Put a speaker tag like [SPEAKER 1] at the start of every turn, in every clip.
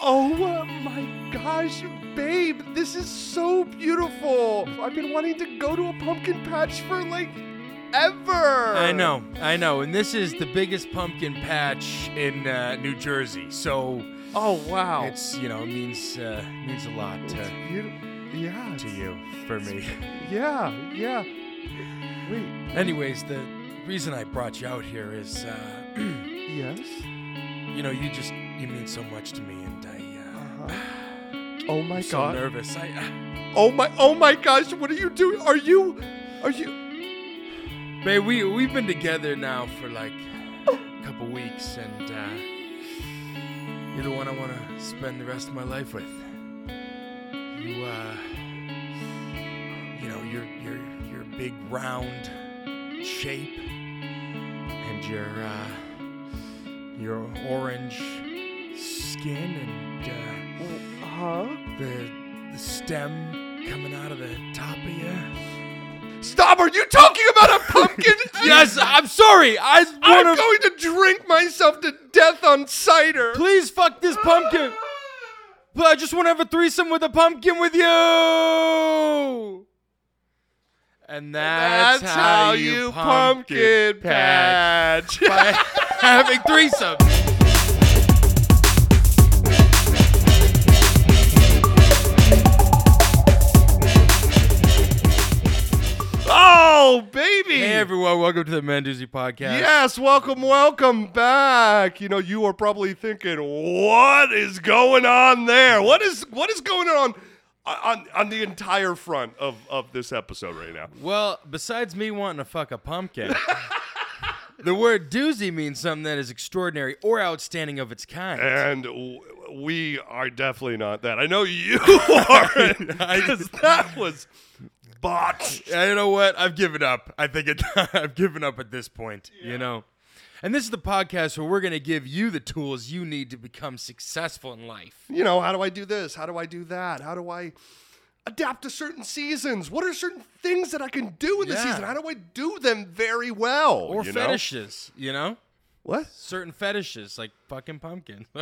[SPEAKER 1] Oh my gosh, babe, this is so beautiful. I've been wanting to go to a pumpkin patch for like ever.
[SPEAKER 2] I know, I know. And this is the biggest pumpkin patch in uh, New Jersey. So
[SPEAKER 1] Oh wow.
[SPEAKER 2] it's, you know, it means, uh, means a lot
[SPEAKER 1] It's
[SPEAKER 2] to,
[SPEAKER 1] beautiful. Yeah.
[SPEAKER 2] to
[SPEAKER 1] it's-
[SPEAKER 2] you, for me.
[SPEAKER 1] Yeah, yeah. Wait,
[SPEAKER 2] Anyways, the reason I brought you out here is, uh,
[SPEAKER 1] yes?
[SPEAKER 2] you know, you just, you mean so much to me. And I, uh,
[SPEAKER 1] Uh-huh. Oh my
[SPEAKER 2] I'm so
[SPEAKER 1] god.
[SPEAKER 2] nervous. I, uh,
[SPEAKER 1] oh my oh my gosh, what are you doing? Are you are you
[SPEAKER 2] babe, we, we've been together now for like a couple weeks. And uh, you're the one I want to spend the rest of my life with. You, uh, you know, your, your, your big round shape and your, uh, your orange skin and, uh,
[SPEAKER 1] huh?
[SPEAKER 2] the the stem coming out of the top of you.
[SPEAKER 1] Stop! Are you talking about a pumpkin?
[SPEAKER 2] Yes, I'm sorry. I
[SPEAKER 1] I'm
[SPEAKER 2] want to.
[SPEAKER 1] going to drink myself to death on cider.
[SPEAKER 2] Please fuck this pumpkin. But I just want to have a threesome with a pumpkin with you. And that's, how, you pumpkin, patch
[SPEAKER 1] patch.
[SPEAKER 2] by having threesomes.
[SPEAKER 1] oh, baby.
[SPEAKER 2] Hey everyone, welcome to the Manduzzi podcast.
[SPEAKER 1] Yes, welcome, welcome back. You know, you are probably thinking, what is going on there? What is what is going on on on the entire front of of this episode right now?
[SPEAKER 2] Well, besides me wanting to fuck a pumpkin, the word doozy means something that is extraordinary or outstanding of its kind.
[SPEAKER 1] And w- we are definitely not that. I know you are, because that was botched.
[SPEAKER 2] I- you know what? I've given up. I think it, I've given up at this point, you know? And this is the podcast where we're going to give you the tools you need to become successful in life.
[SPEAKER 1] You know, how do I do this? How do I do that? How do I adapt to certain seasons? What are certain things that I can do in the
[SPEAKER 2] Yeah.
[SPEAKER 1] season? How do I do them very well?
[SPEAKER 2] Or
[SPEAKER 1] you know?
[SPEAKER 2] fetishes, you know?
[SPEAKER 1] What?
[SPEAKER 2] Certain fetishes, like fucking pumpkin.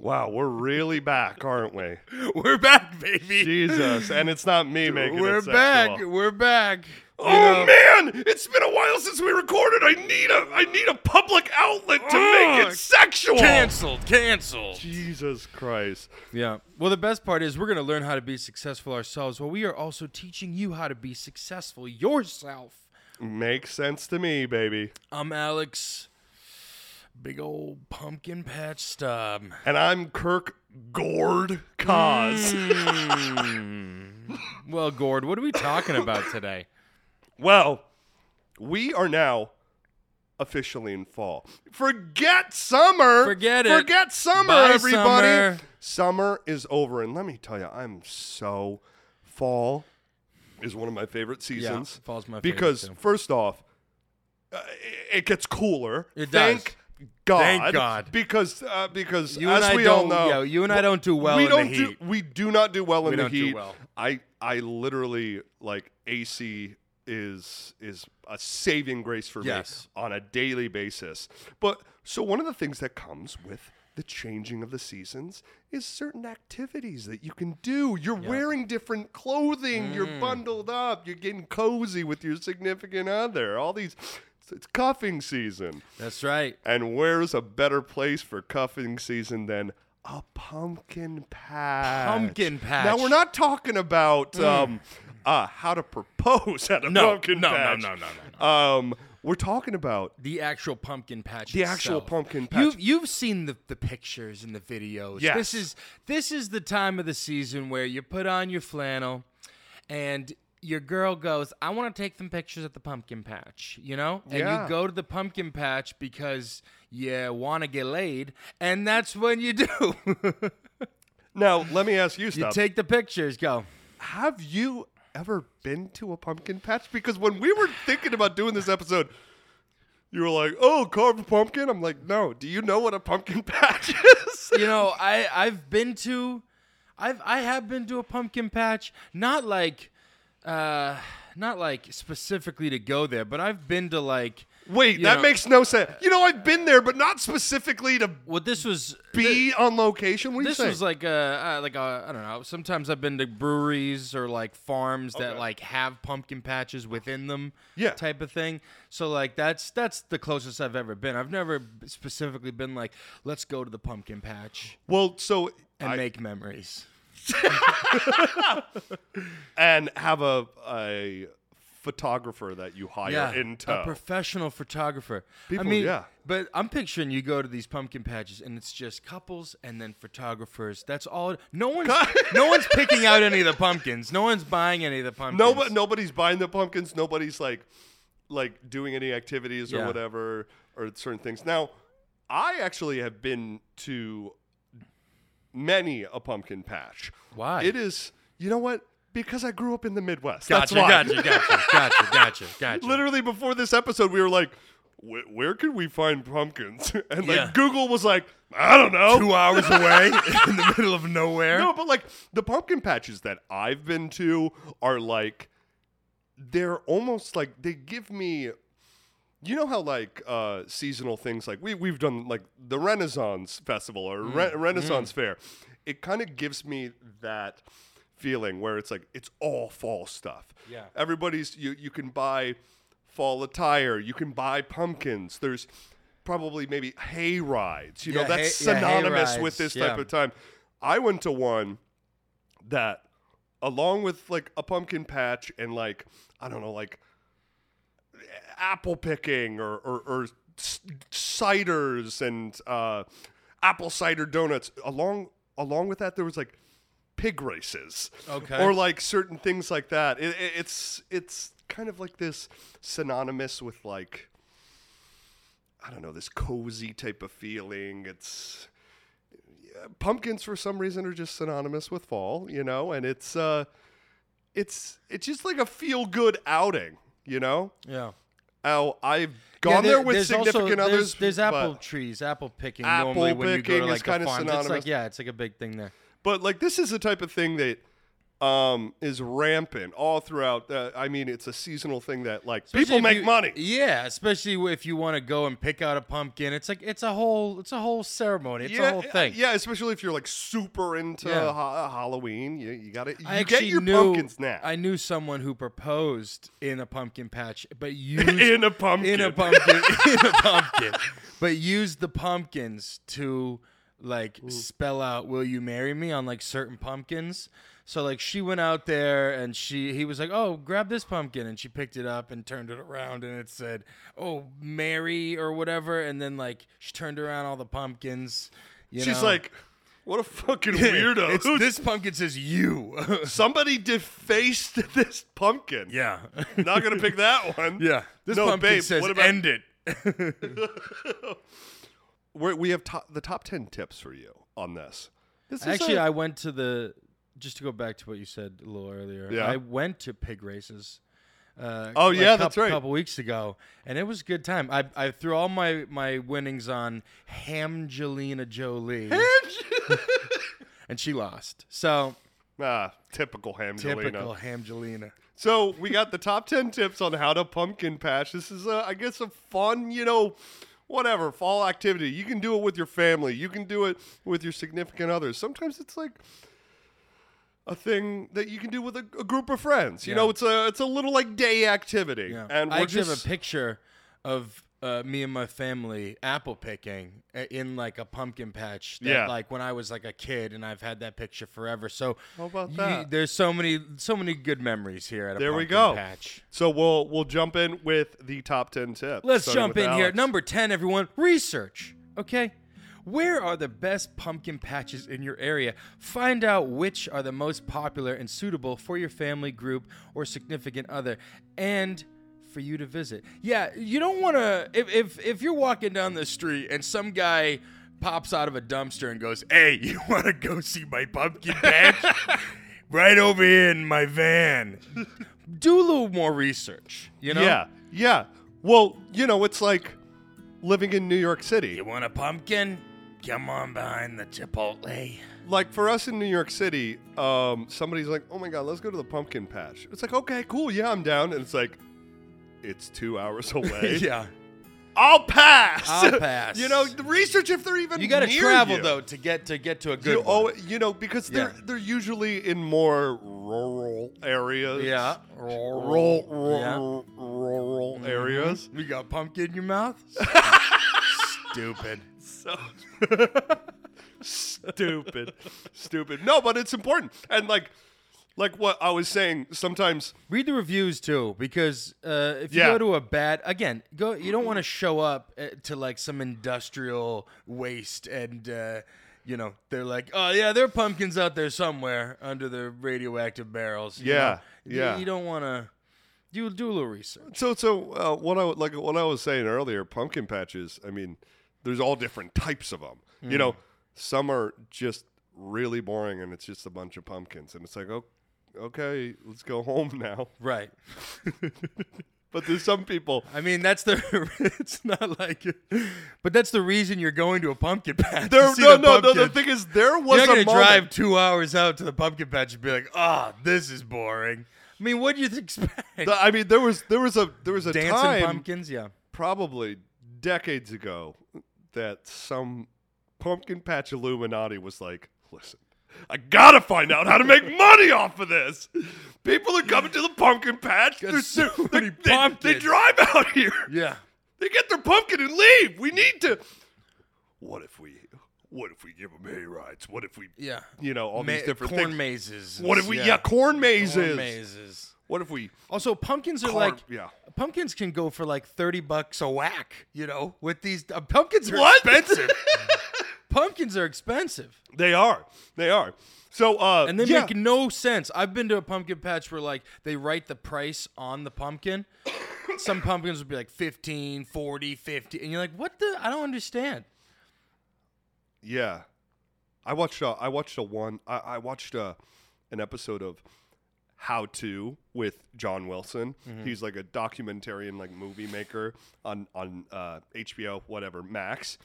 [SPEAKER 1] Wow, we're really back, aren't we?
[SPEAKER 2] we're back, baby.
[SPEAKER 1] Jesus, and it's not me making
[SPEAKER 2] We're
[SPEAKER 1] it sexual.
[SPEAKER 2] back. We're back. You
[SPEAKER 1] Oh
[SPEAKER 2] know?
[SPEAKER 1] man, it's been a while since we recorded. I need a I need a public outlet to make
[SPEAKER 2] Ugh,
[SPEAKER 1] it sexual.
[SPEAKER 2] Canceled. Canceled.
[SPEAKER 1] Jesus Christ.
[SPEAKER 2] Yeah. Well, the best part is we're going to learn how to be successful ourselves while we are also teaching you how to be successful yourself.
[SPEAKER 1] Makes sense to me, baby.
[SPEAKER 2] I'm Alex, big old pumpkin patch stub.
[SPEAKER 1] And I'm Kirk Gord Cause.
[SPEAKER 2] Mm. Well, Gord, what are we talking about today?
[SPEAKER 1] Well, we are now officially in fall. Forget summer.
[SPEAKER 2] Forget it.
[SPEAKER 1] Forget summer,
[SPEAKER 2] Bye,
[SPEAKER 1] everybody.
[SPEAKER 2] summer.
[SPEAKER 1] Summer. is over. And let me tell you, I'm so fall is one of my favorite seasons.
[SPEAKER 2] fall's my favorite,
[SPEAKER 1] because
[SPEAKER 2] too.
[SPEAKER 1] first off, uh, it- it gets cooler.
[SPEAKER 2] It
[SPEAKER 1] Thank God.
[SPEAKER 2] Thank God.
[SPEAKER 1] Because uh, because
[SPEAKER 2] You
[SPEAKER 1] as
[SPEAKER 2] and I
[SPEAKER 1] we all
[SPEAKER 2] don't.
[SPEAKER 1] know,
[SPEAKER 2] yeah, you and I don't do well
[SPEAKER 1] we
[SPEAKER 2] in
[SPEAKER 1] don't
[SPEAKER 2] the heat.
[SPEAKER 1] do we do not do well in
[SPEAKER 2] We
[SPEAKER 1] the
[SPEAKER 2] don't do
[SPEAKER 1] heat.
[SPEAKER 2] well.
[SPEAKER 1] I I literally like AC is is a saving grace for
[SPEAKER 2] Yes.
[SPEAKER 1] me on a daily basis. But so one of the things that comes with the changing of the seasons is certain activities that you can do. You're wearing different clothing,
[SPEAKER 2] Mm.
[SPEAKER 1] you're bundled up, you're getting cozy with your significant other. All these it's- it's cuffing season.
[SPEAKER 2] That's right.
[SPEAKER 1] And where's a better place for cuffing season than a pumpkin patch?
[SPEAKER 2] Pumpkin patch. Hmm.
[SPEAKER 1] Now we're not talking about um, uh, how to propose at a
[SPEAKER 2] No,
[SPEAKER 1] pumpkin
[SPEAKER 2] no, no,
[SPEAKER 1] patch.
[SPEAKER 2] no, no,
[SPEAKER 1] no. Um, we're talking about
[SPEAKER 2] The actual pumpkin patch.
[SPEAKER 1] The actual
[SPEAKER 2] itself.
[SPEAKER 1] pumpkin patch.
[SPEAKER 2] You've you've seen the, the pictures and the videos.
[SPEAKER 1] Yes.
[SPEAKER 2] This is this is the time of the season where you put on your flannel, and your girl goes, "I want to take some pictures at the pumpkin patch." You know, and
[SPEAKER 1] Yeah.
[SPEAKER 2] you go to the pumpkin patch because you want to get laid, and that's when you do.
[SPEAKER 1] now. Let me ask you,
[SPEAKER 2] you
[SPEAKER 1] stuff.
[SPEAKER 2] take the pictures. Go.
[SPEAKER 1] Have you ever been to a pumpkin patch? Because when we were thinking about doing this episode. You were like, "Oh, carve a pumpkin." I'm like, "No, do you know what a pumpkin patch is?"
[SPEAKER 2] you know, I I've been to, I've I have been to a pumpkin patch. Not like, uh, not like specifically to go there, but I've been to like
[SPEAKER 1] Wait,
[SPEAKER 2] You
[SPEAKER 1] that
[SPEAKER 2] know-
[SPEAKER 1] makes no sense. You know, I've been there, but not specifically to
[SPEAKER 2] Well, this was
[SPEAKER 1] be on location. What do you
[SPEAKER 2] This
[SPEAKER 1] say?
[SPEAKER 2] was like a uh, like a I don't know. Sometimes I've been to breweries or like farms that
[SPEAKER 1] Okay.
[SPEAKER 2] like have pumpkin patches within them,
[SPEAKER 1] Yeah.
[SPEAKER 2] type of thing. So like that's that's the closest I've ever been. I've never specifically been like, let's go to the pumpkin patch
[SPEAKER 1] well, so
[SPEAKER 2] and
[SPEAKER 1] I-
[SPEAKER 2] make memories.
[SPEAKER 1] and have a a photographer that you hire in tow.
[SPEAKER 2] a professional photographer.
[SPEAKER 1] People-
[SPEAKER 2] I mean,
[SPEAKER 1] yeah.
[SPEAKER 2] But I'm picturing you go to these pumpkin patches and it's just couples and then photographers. That's all. No one's no one's picking out any of the pumpkins. No one's buying any of the pumpkins.
[SPEAKER 1] Nobody, nobody's buying the pumpkins. Nobody's like, like doing any activities or
[SPEAKER 2] Yeah.
[SPEAKER 1] whatever or certain things. Now, I actually have been to many a pumpkin patch.
[SPEAKER 2] Why?
[SPEAKER 1] It is. You know what? Because I grew up in the Midwest. That's
[SPEAKER 2] Gotcha,
[SPEAKER 1] why.
[SPEAKER 2] gotcha, gotcha, gotcha, gotcha, gotcha.
[SPEAKER 1] Literally before this episode, we were like, "Wh- "Where could we find pumpkins?" And like
[SPEAKER 2] Yeah.
[SPEAKER 1] Google was like, "I don't know."
[SPEAKER 2] two hours away in the middle of nowhere.
[SPEAKER 1] No, but like the pumpkin patches that I've been to are like they're almost like they give me you know how like uh seasonal things like we we've done like the Renaissance festival or
[SPEAKER 2] Mm,
[SPEAKER 1] Re- Renaissance fair. It kind of gives me that feeling where it's like it's all fall stuff.
[SPEAKER 2] Yeah.
[SPEAKER 1] Everybody's you you can buy fall attire, you can buy pumpkins. There's probably maybe hay rides. You know,
[SPEAKER 2] Yeah,
[SPEAKER 1] that's
[SPEAKER 2] hay- yeah, hay
[SPEAKER 1] synonymous with
[SPEAKER 2] rides,
[SPEAKER 1] this
[SPEAKER 2] yeah.
[SPEAKER 1] type of time. I went to one that along with like a pumpkin patch and like I don't know like apple picking or or, or c- ciders and uh, apple cider donuts along along with that there was like pig races
[SPEAKER 2] Okay.
[SPEAKER 1] or like certain things like that it, it- it's it's kind of like this synonymous with like I don't know this cozy type of feeling it's pumpkins for some reason are just synonymous with fall, you know, and it's uh it's it's just like a feel good outing, you know?
[SPEAKER 2] Yeah.
[SPEAKER 1] Oh, I've gone there, with
[SPEAKER 2] there's also-
[SPEAKER 1] significant
[SPEAKER 2] there's-
[SPEAKER 1] others.
[SPEAKER 2] There's, apple
[SPEAKER 1] but,
[SPEAKER 2] trees, apple picking.
[SPEAKER 1] Apple
[SPEAKER 2] normally when you go
[SPEAKER 1] picking
[SPEAKER 2] to
[SPEAKER 1] is
[SPEAKER 2] like the
[SPEAKER 1] kinda
[SPEAKER 2] farms, it's like
[SPEAKER 1] synonymous.
[SPEAKER 2] yeah, it's like a big thing there.
[SPEAKER 1] but like this is the type of thing that um is rampant all throughout the, I mean it's a seasonal thing that like people
[SPEAKER 2] Especially if
[SPEAKER 1] make
[SPEAKER 2] you-
[SPEAKER 1] money.
[SPEAKER 2] Yeah, especially if you want to go and pick out a pumpkin. It's like it's a whole it's a whole ceremony. It's a whole thing.
[SPEAKER 1] yeah, especially if you're like super into
[SPEAKER 2] Yeah.
[SPEAKER 1] ha- Halloween, you, you gotta you
[SPEAKER 2] I
[SPEAKER 1] get
[SPEAKER 2] actually
[SPEAKER 1] your
[SPEAKER 2] knew,
[SPEAKER 1] pumpkins now.
[SPEAKER 2] I knew someone who proposed in a pumpkin patch, but used
[SPEAKER 1] in a pumpkin,
[SPEAKER 2] in a pumpkin in a pumpkin but use the pumpkins to like spell out will you marry me on like certain pumpkins so like she went out there and she he was like oh grab this pumpkin and she picked it up and turned it around and it said oh mary or whatever and then like she turned around all the pumpkins you
[SPEAKER 1] She's
[SPEAKER 2] know.
[SPEAKER 1] like, what a fucking weirdo.
[SPEAKER 2] It's-
[SPEAKER 1] Who
[SPEAKER 2] this pumpkin says you
[SPEAKER 1] Somebody defaced this pumpkin.
[SPEAKER 2] yeah
[SPEAKER 1] Not gonna pick that one.
[SPEAKER 2] yeah this
[SPEAKER 1] No,
[SPEAKER 2] pumpkin
[SPEAKER 1] babe,
[SPEAKER 2] says
[SPEAKER 1] what about-
[SPEAKER 2] end it
[SPEAKER 1] We're, we have to- the top ten tips for you on this. This is
[SPEAKER 2] Actually,
[SPEAKER 1] a-
[SPEAKER 2] I went to the. Just to go back to what you said a little earlier,
[SPEAKER 1] Yeah.
[SPEAKER 2] I went to pig races. Uh,
[SPEAKER 1] Oh, yeah,
[SPEAKER 2] a
[SPEAKER 1] that's
[SPEAKER 2] coup-
[SPEAKER 1] right.
[SPEAKER 2] couple weeks ago, and it was a good time. I, I threw all my my winnings on Hamgelina Jolie, and she lost. So
[SPEAKER 1] ah, typical Hamgelina.
[SPEAKER 2] typical Hamgelina.
[SPEAKER 1] So we got the top ten tips on how to pumpkin patch. This is, a, I guess, a fun, you know, whatever fall activity. You can do it with your family. You can do it with your significant others. Sometimes it's like a thing that you can do with a, a group of friends. You
[SPEAKER 2] Yeah.
[SPEAKER 1] know, it's a it's a little like day activity.
[SPEAKER 2] Yeah.
[SPEAKER 1] And
[SPEAKER 2] I
[SPEAKER 1] we're
[SPEAKER 2] actually
[SPEAKER 1] just
[SPEAKER 2] have a picture of uh, me and my family apple picking uh, in like a pumpkin patch. That,
[SPEAKER 1] Yeah.
[SPEAKER 2] Like when I was like a kid, and I've had that picture forever. So
[SPEAKER 1] How about
[SPEAKER 2] you-
[SPEAKER 1] that?
[SPEAKER 2] there's so many, so many good memories here at a
[SPEAKER 1] There we
[SPEAKER 2] pumpkin
[SPEAKER 1] go.
[SPEAKER 2] patch.
[SPEAKER 1] So we'll we'll jump in with the top ten tips.
[SPEAKER 2] Let's
[SPEAKER 1] starting
[SPEAKER 2] jump
[SPEAKER 1] with
[SPEAKER 2] in here.
[SPEAKER 1] Alex.
[SPEAKER 2] Number ten, everyone, research. Okay. Where are the best pumpkin patches in your area? Find out which are the most popular and suitable for your family group or significant other and for you to visit. Yeah, you don't want to if, if if you're walking down the street and some guy pops out of a dumpster and goes, "Hey, you want to go see my pumpkin patch?" Right over here in my van. Do a little more research, you know?
[SPEAKER 1] Yeah, yeah. Well, you know, it's like living in New York City.
[SPEAKER 2] You want a pumpkin? Come on behind the Chipotle.
[SPEAKER 1] Like for us in New York City, um, somebody's like, "Oh my God, let's go to the pumpkin patch." It's like, okay, cool, yeah, I'm down. And it's like, it's two hours away.
[SPEAKER 2] yeah.
[SPEAKER 1] I'll pass.
[SPEAKER 2] I'll pass.
[SPEAKER 1] you know, research if they're even
[SPEAKER 2] You got to
[SPEAKER 1] near
[SPEAKER 2] travel
[SPEAKER 1] you.
[SPEAKER 2] though to get to get to a good.
[SPEAKER 1] You,
[SPEAKER 2] one.
[SPEAKER 1] oh, you know, because they're
[SPEAKER 2] Yeah.
[SPEAKER 1] they're usually in more rural areas.
[SPEAKER 2] yeah.
[SPEAKER 1] Rural,
[SPEAKER 2] Yeah. Mm-hmm.
[SPEAKER 1] rural, rural areas.
[SPEAKER 3] You got pumpkin in your mouth? Stupid.
[SPEAKER 1] So stupid, stupid. No, but it's important. And like, like what I was saying, sometimes
[SPEAKER 2] Read the reviews too, because uh, if you
[SPEAKER 1] Yeah.
[SPEAKER 2] go to a bad again, go. You don't want to show up uh, to like some industrial waste, and uh, you know they're like, oh yeah, there are pumpkins out there somewhere under the radioactive barrels. you
[SPEAKER 1] Yeah,
[SPEAKER 2] know?
[SPEAKER 1] yeah.
[SPEAKER 2] You, you don't want to. You do a little research.
[SPEAKER 1] So so uh, what I like what I was saying earlier, pumpkin patches. I mean, there's all different types of them. You
[SPEAKER 2] Mm.
[SPEAKER 1] know, some are just really boring, and it's just a bunch of pumpkins, and it's like, oh, okay, let's go home now.
[SPEAKER 2] Right.
[SPEAKER 1] But there's some people.
[SPEAKER 2] I mean, that's the. it's not like, but that's the reason you're going to a pumpkin patch.
[SPEAKER 1] There,
[SPEAKER 2] to see
[SPEAKER 1] no,
[SPEAKER 2] the
[SPEAKER 1] no, no. The
[SPEAKER 2] pumpkin.
[SPEAKER 1] thing is, there
[SPEAKER 2] You're
[SPEAKER 1] was
[SPEAKER 2] not
[SPEAKER 1] a
[SPEAKER 2] gonna
[SPEAKER 1] moment-
[SPEAKER 2] drive two hours out to the pumpkin patch and be like, "Ah, this is boring." I mean, what do you expect?
[SPEAKER 1] the- I mean, there was there was a there was a
[SPEAKER 2] Dancing
[SPEAKER 1] time,
[SPEAKER 2] pumpkins, yeah.
[SPEAKER 1] probably decades ago, that some pumpkin patch Illuminati was like, listen. I gotta find out how to make money off of this. People are coming to the pumpkin patch. They're,
[SPEAKER 2] so
[SPEAKER 1] they-
[SPEAKER 2] many
[SPEAKER 1] they- They,
[SPEAKER 2] pumpkins.
[SPEAKER 1] drive out here.
[SPEAKER 2] Yeah.
[SPEAKER 1] They get their pumpkin and leave. We need to. What if we? What if we give them hay rides? What if we?
[SPEAKER 2] Yeah.
[SPEAKER 1] You know all these
[SPEAKER 2] Ma-
[SPEAKER 1] different
[SPEAKER 2] corn
[SPEAKER 1] things.
[SPEAKER 2] mazes.
[SPEAKER 1] What if we? Yeah, corn mazes.
[SPEAKER 2] Corn mazes.
[SPEAKER 1] What if we?
[SPEAKER 2] Also, pumpkins are
[SPEAKER 1] Corn-
[SPEAKER 2] like
[SPEAKER 1] yeah.
[SPEAKER 2] pumpkins can go for like thirty bucks a whack. You know, with these uh, pumpkins are
[SPEAKER 1] What?
[SPEAKER 2] expensive. pumpkins are expensive,
[SPEAKER 1] They are. They are. So uh,
[SPEAKER 2] and they
[SPEAKER 1] yeah.
[SPEAKER 2] make no sense. I've been to a pumpkin patch where like they write the price on the pumpkin. Some pumpkins would be like 15, 40, 50. and you're like, "What the? I don't understand."
[SPEAKER 1] Yeah, I watched. Uh, I watched a one. I, I watched uh, an episode of How to with John Wilson. He's like a documentarian, like movie maker on on uh, HBO, whatever Max.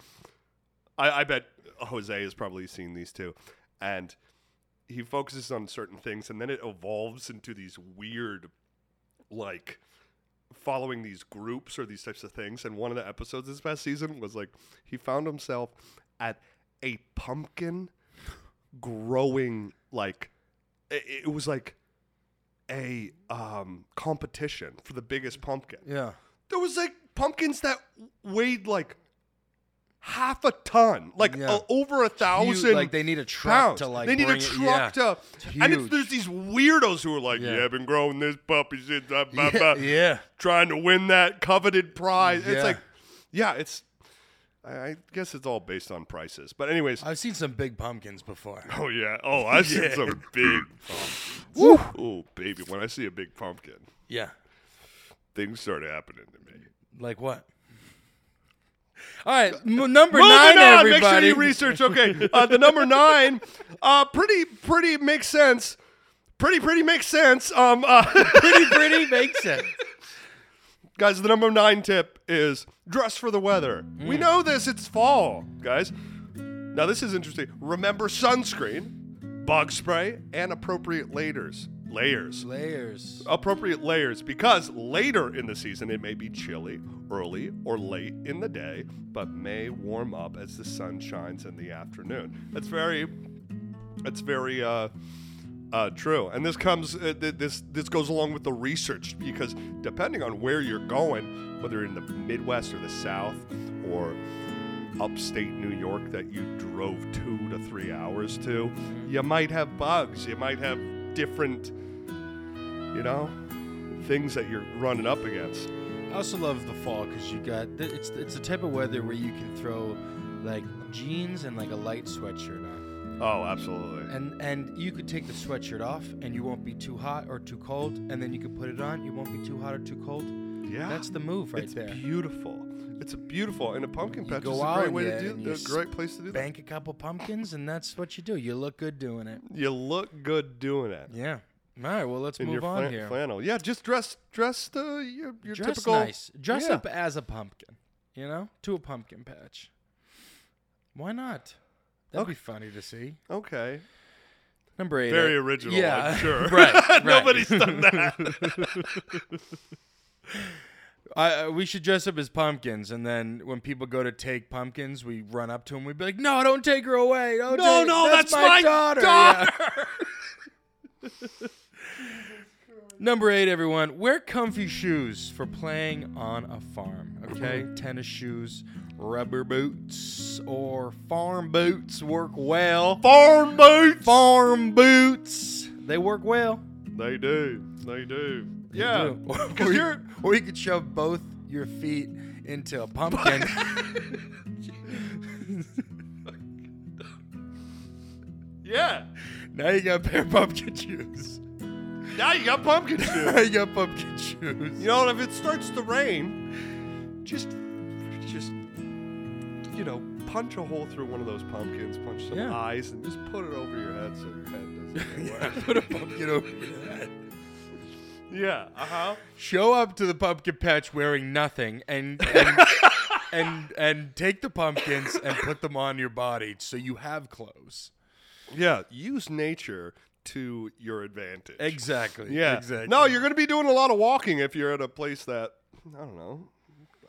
[SPEAKER 1] I, I bet Jose has probably seen these two, and he focuses on certain things, and then it evolves into these weird, like following these groups or these types of things. And one of the episodes this past season was like he found himself at a pumpkin growing like i- it, was like a um, competition for the biggest pumpkin.
[SPEAKER 2] Yeah.
[SPEAKER 1] There was like pumpkins that weighed like half a ton, like
[SPEAKER 2] Yeah.
[SPEAKER 1] uh, over a
[SPEAKER 2] You-
[SPEAKER 1] thousand.
[SPEAKER 2] like they need a truck
[SPEAKER 1] pounds.
[SPEAKER 2] to like
[SPEAKER 1] they need
[SPEAKER 2] bring
[SPEAKER 1] a
[SPEAKER 2] it-
[SPEAKER 1] truck
[SPEAKER 2] yeah.
[SPEAKER 1] to, and it's,
[SPEAKER 2] huge.
[SPEAKER 1] there's these weirdos who are like,
[SPEAKER 2] Yeah.
[SPEAKER 1] yeah, I've been growing this puppy since I, I,
[SPEAKER 2] yeah, yeah.
[SPEAKER 1] trying to win that coveted prize.
[SPEAKER 2] Yeah.
[SPEAKER 1] It's like, yeah, it's. I, I guess it's all based on prices, but anyways.
[SPEAKER 2] I've seen some big pumpkins before.
[SPEAKER 1] oh yeah. Oh, I've seen some big.
[SPEAKER 2] Woo!
[SPEAKER 1] Oh baby, when I see a big pumpkin,
[SPEAKER 2] Yeah.
[SPEAKER 1] things start happening to me.
[SPEAKER 2] Like what? All right, m- number
[SPEAKER 1] Moving
[SPEAKER 2] nine,
[SPEAKER 1] on.
[SPEAKER 2] everybody.
[SPEAKER 1] Make sure you research. Okay, uh, the number nine, uh, pretty, pretty makes sense. Pretty, pretty makes sense. Um, uh,
[SPEAKER 2] pretty, pretty makes sense.
[SPEAKER 1] Guys, the number nine tip is dress for the weather.
[SPEAKER 2] Hmm.
[SPEAKER 1] We know this, it's fall, guys. Now, this is interesting. Remember sunscreen, bug spray, and appropriate layers. Layers.
[SPEAKER 2] Layers.
[SPEAKER 1] Appropriate layers because later in the season it may be chilly, early or late in the day, but may warm up as the sun shines in the afternoon. That's very, that's very, uh, uh, true, and this comes uh, th- this this goes along with the research because depending on where you're going, whether in the Midwest or the South or upstate New York that you drove two to three hours to, you might have bugs. You might have different, you know, things that you're running up against.
[SPEAKER 2] I also love the fall because you got th- it's it's the type of weather where you can throw like jeans and like a light sweatshirt on,
[SPEAKER 1] Oh, absolutely.
[SPEAKER 2] and and you could take the sweatshirt off and you won't be too hot or too cold, and then you could put it on, you won't be too hot or too cold.
[SPEAKER 1] Yeah,
[SPEAKER 2] That's the move right
[SPEAKER 1] it's
[SPEAKER 2] there.
[SPEAKER 1] beautiful. It's beautiful, and a pumpkin patch
[SPEAKER 2] go
[SPEAKER 1] is a
[SPEAKER 2] out
[SPEAKER 1] great way
[SPEAKER 2] and
[SPEAKER 1] to
[SPEAKER 2] you- and
[SPEAKER 1] do.
[SPEAKER 2] you
[SPEAKER 1] A great place to do that.
[SPEAKER 2] Bank a couple pumpkins, and that's what you do. You look good doing it.
[SPEAKER 1] You look good doing it.
[SPEAKER 2] Yeah. All right. Well, let's
[SPEAKER 1] in
[SPEAKER 2] move
[SPEAKER 1] your
[SPEAKER 2] on
[SPEAKER 1] flan-
[SPEAKER 2] here.
[SPEAKER 1] flannel. Yeah, just dress dress the your, your
[SPEAKER 2] Dress
[SPEAKER 1] typical
[SPEAKER 2] nice. Dress
[SPEAKER 1] Yeah.
[SPEAKER 2] up as a pumpkin. You know, to a pumpkin patch. Why not? That'd be funny to see.
[SPEAKER 1] Okay.
[SPEAKER 2] Number eight.
[SPEAKER 1] Very
[SPEAKER 2] uh,
[SPEAKER 1] original,
[SPEAKER 2] Yeah.
[SPEAKER 1] I'm sure.
[SPEAKER 2] right. right.
[SPEAKER 1] Nobody's done that.
[SPEAKER 2] I, I- we should dress up as pumpkins, and then when people go to take pumpkins, we run up to them. We'd be like, "No, don't take her away! Don't
[SPEAKER 1] No,
[SPEAKER 2] take-
[SPEAKER 1] no, that's my
[SPEAKER 2] Yeah. Number eight, everyone, wear comfy shoes for playing on a farm. Okay,
[SPEAKER 1] Mm.
[SPEAKER 2] tennis shoes, rubber boots, or farm boots work well.
[SPEAKER 1] Farm boots.
[SPEAKER 2] Farm boots, they work well.
[SPEAKER 1] They do. They do.
[SPEAKER 2] They
[SPEAKER 1] yeah.
[SPEAKER 2] do.
[SPEAKER 1] Because
[SPEAKER 2] or,
[SPEAKER 1] you're.
[SPEAKER 2] you or you could shove both your feet into a pumpkin.
[SPEAKER 1] Yeah.
[SPEAKER 2] now you got a pair of pumpkin shoes.
[SPEAKER 1] Now you got pumpkin
[SPEAKER 2] Now
[SPEAKER 1] shoes.
[SPEAKER 2] you got pumpkin shoes.
[SPEAKER 1] you know, and if it starts to rain, just, just, you know, punch a hole through one of those pumpkins, punch some
[SPEAKER 2] Yeah.
[SPEAKER 1] eyes, and just put it over your head so your head doesn't. get
[SPEAKER 2] Yeah,
[SPEAKER 1] wet.
[SPEAKER 2] put a pumpkin over your head.
[SPEAKER 1] yeah. Uh
[SPEAKER 2] uh-huh.
[SPEAKER 1] huh.
[SPEAKER 2] Show up to the pumpkin patch wearing nothing and and, and and take the pumpkins and put them on your body so you have clothes.
[SPEAKER 1] Yeah. Use nature to your advantage.
[SPEAKER 2] Exactly.
[SPEAKER 1] Yeah.
[SPEAKER 2] Exactly.
[SPEAKER 1] No, you're going to be doing a lot of walking if you're at a place that I don't know.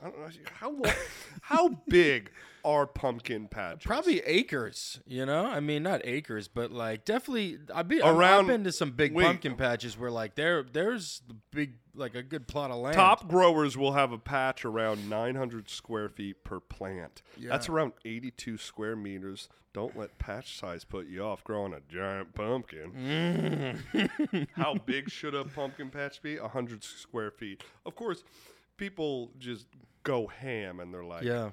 [SPEAKER 1] I don't know how lo- how big are pumpkin patches?
[SPEAKER 2] Probably acres, you know. I mean, not acres, but like definitely. I've been
[SPEAKER 1] Around-
[SPEAKER 2] I've been to some big
[SPEAKER 1] wait.
[SPEAKER 2] pumpkin patches where like there there's the big like a good plot of land.
[SPEAKER 1] Top growers will have a patch around 900 square feet per plant. That's
[SPEAKER 2] Yeah.
[SPEAKER 1] around 82 square meters. Don't let patch size put you off growing a giant pumpkin.
[SPEAKER 2] Mm.
[SPEAKER 1] How big should a pumpkin patch be? 100 square feet. Of course, people just go ham and they're like,
[SPEAKER 2] Yeah.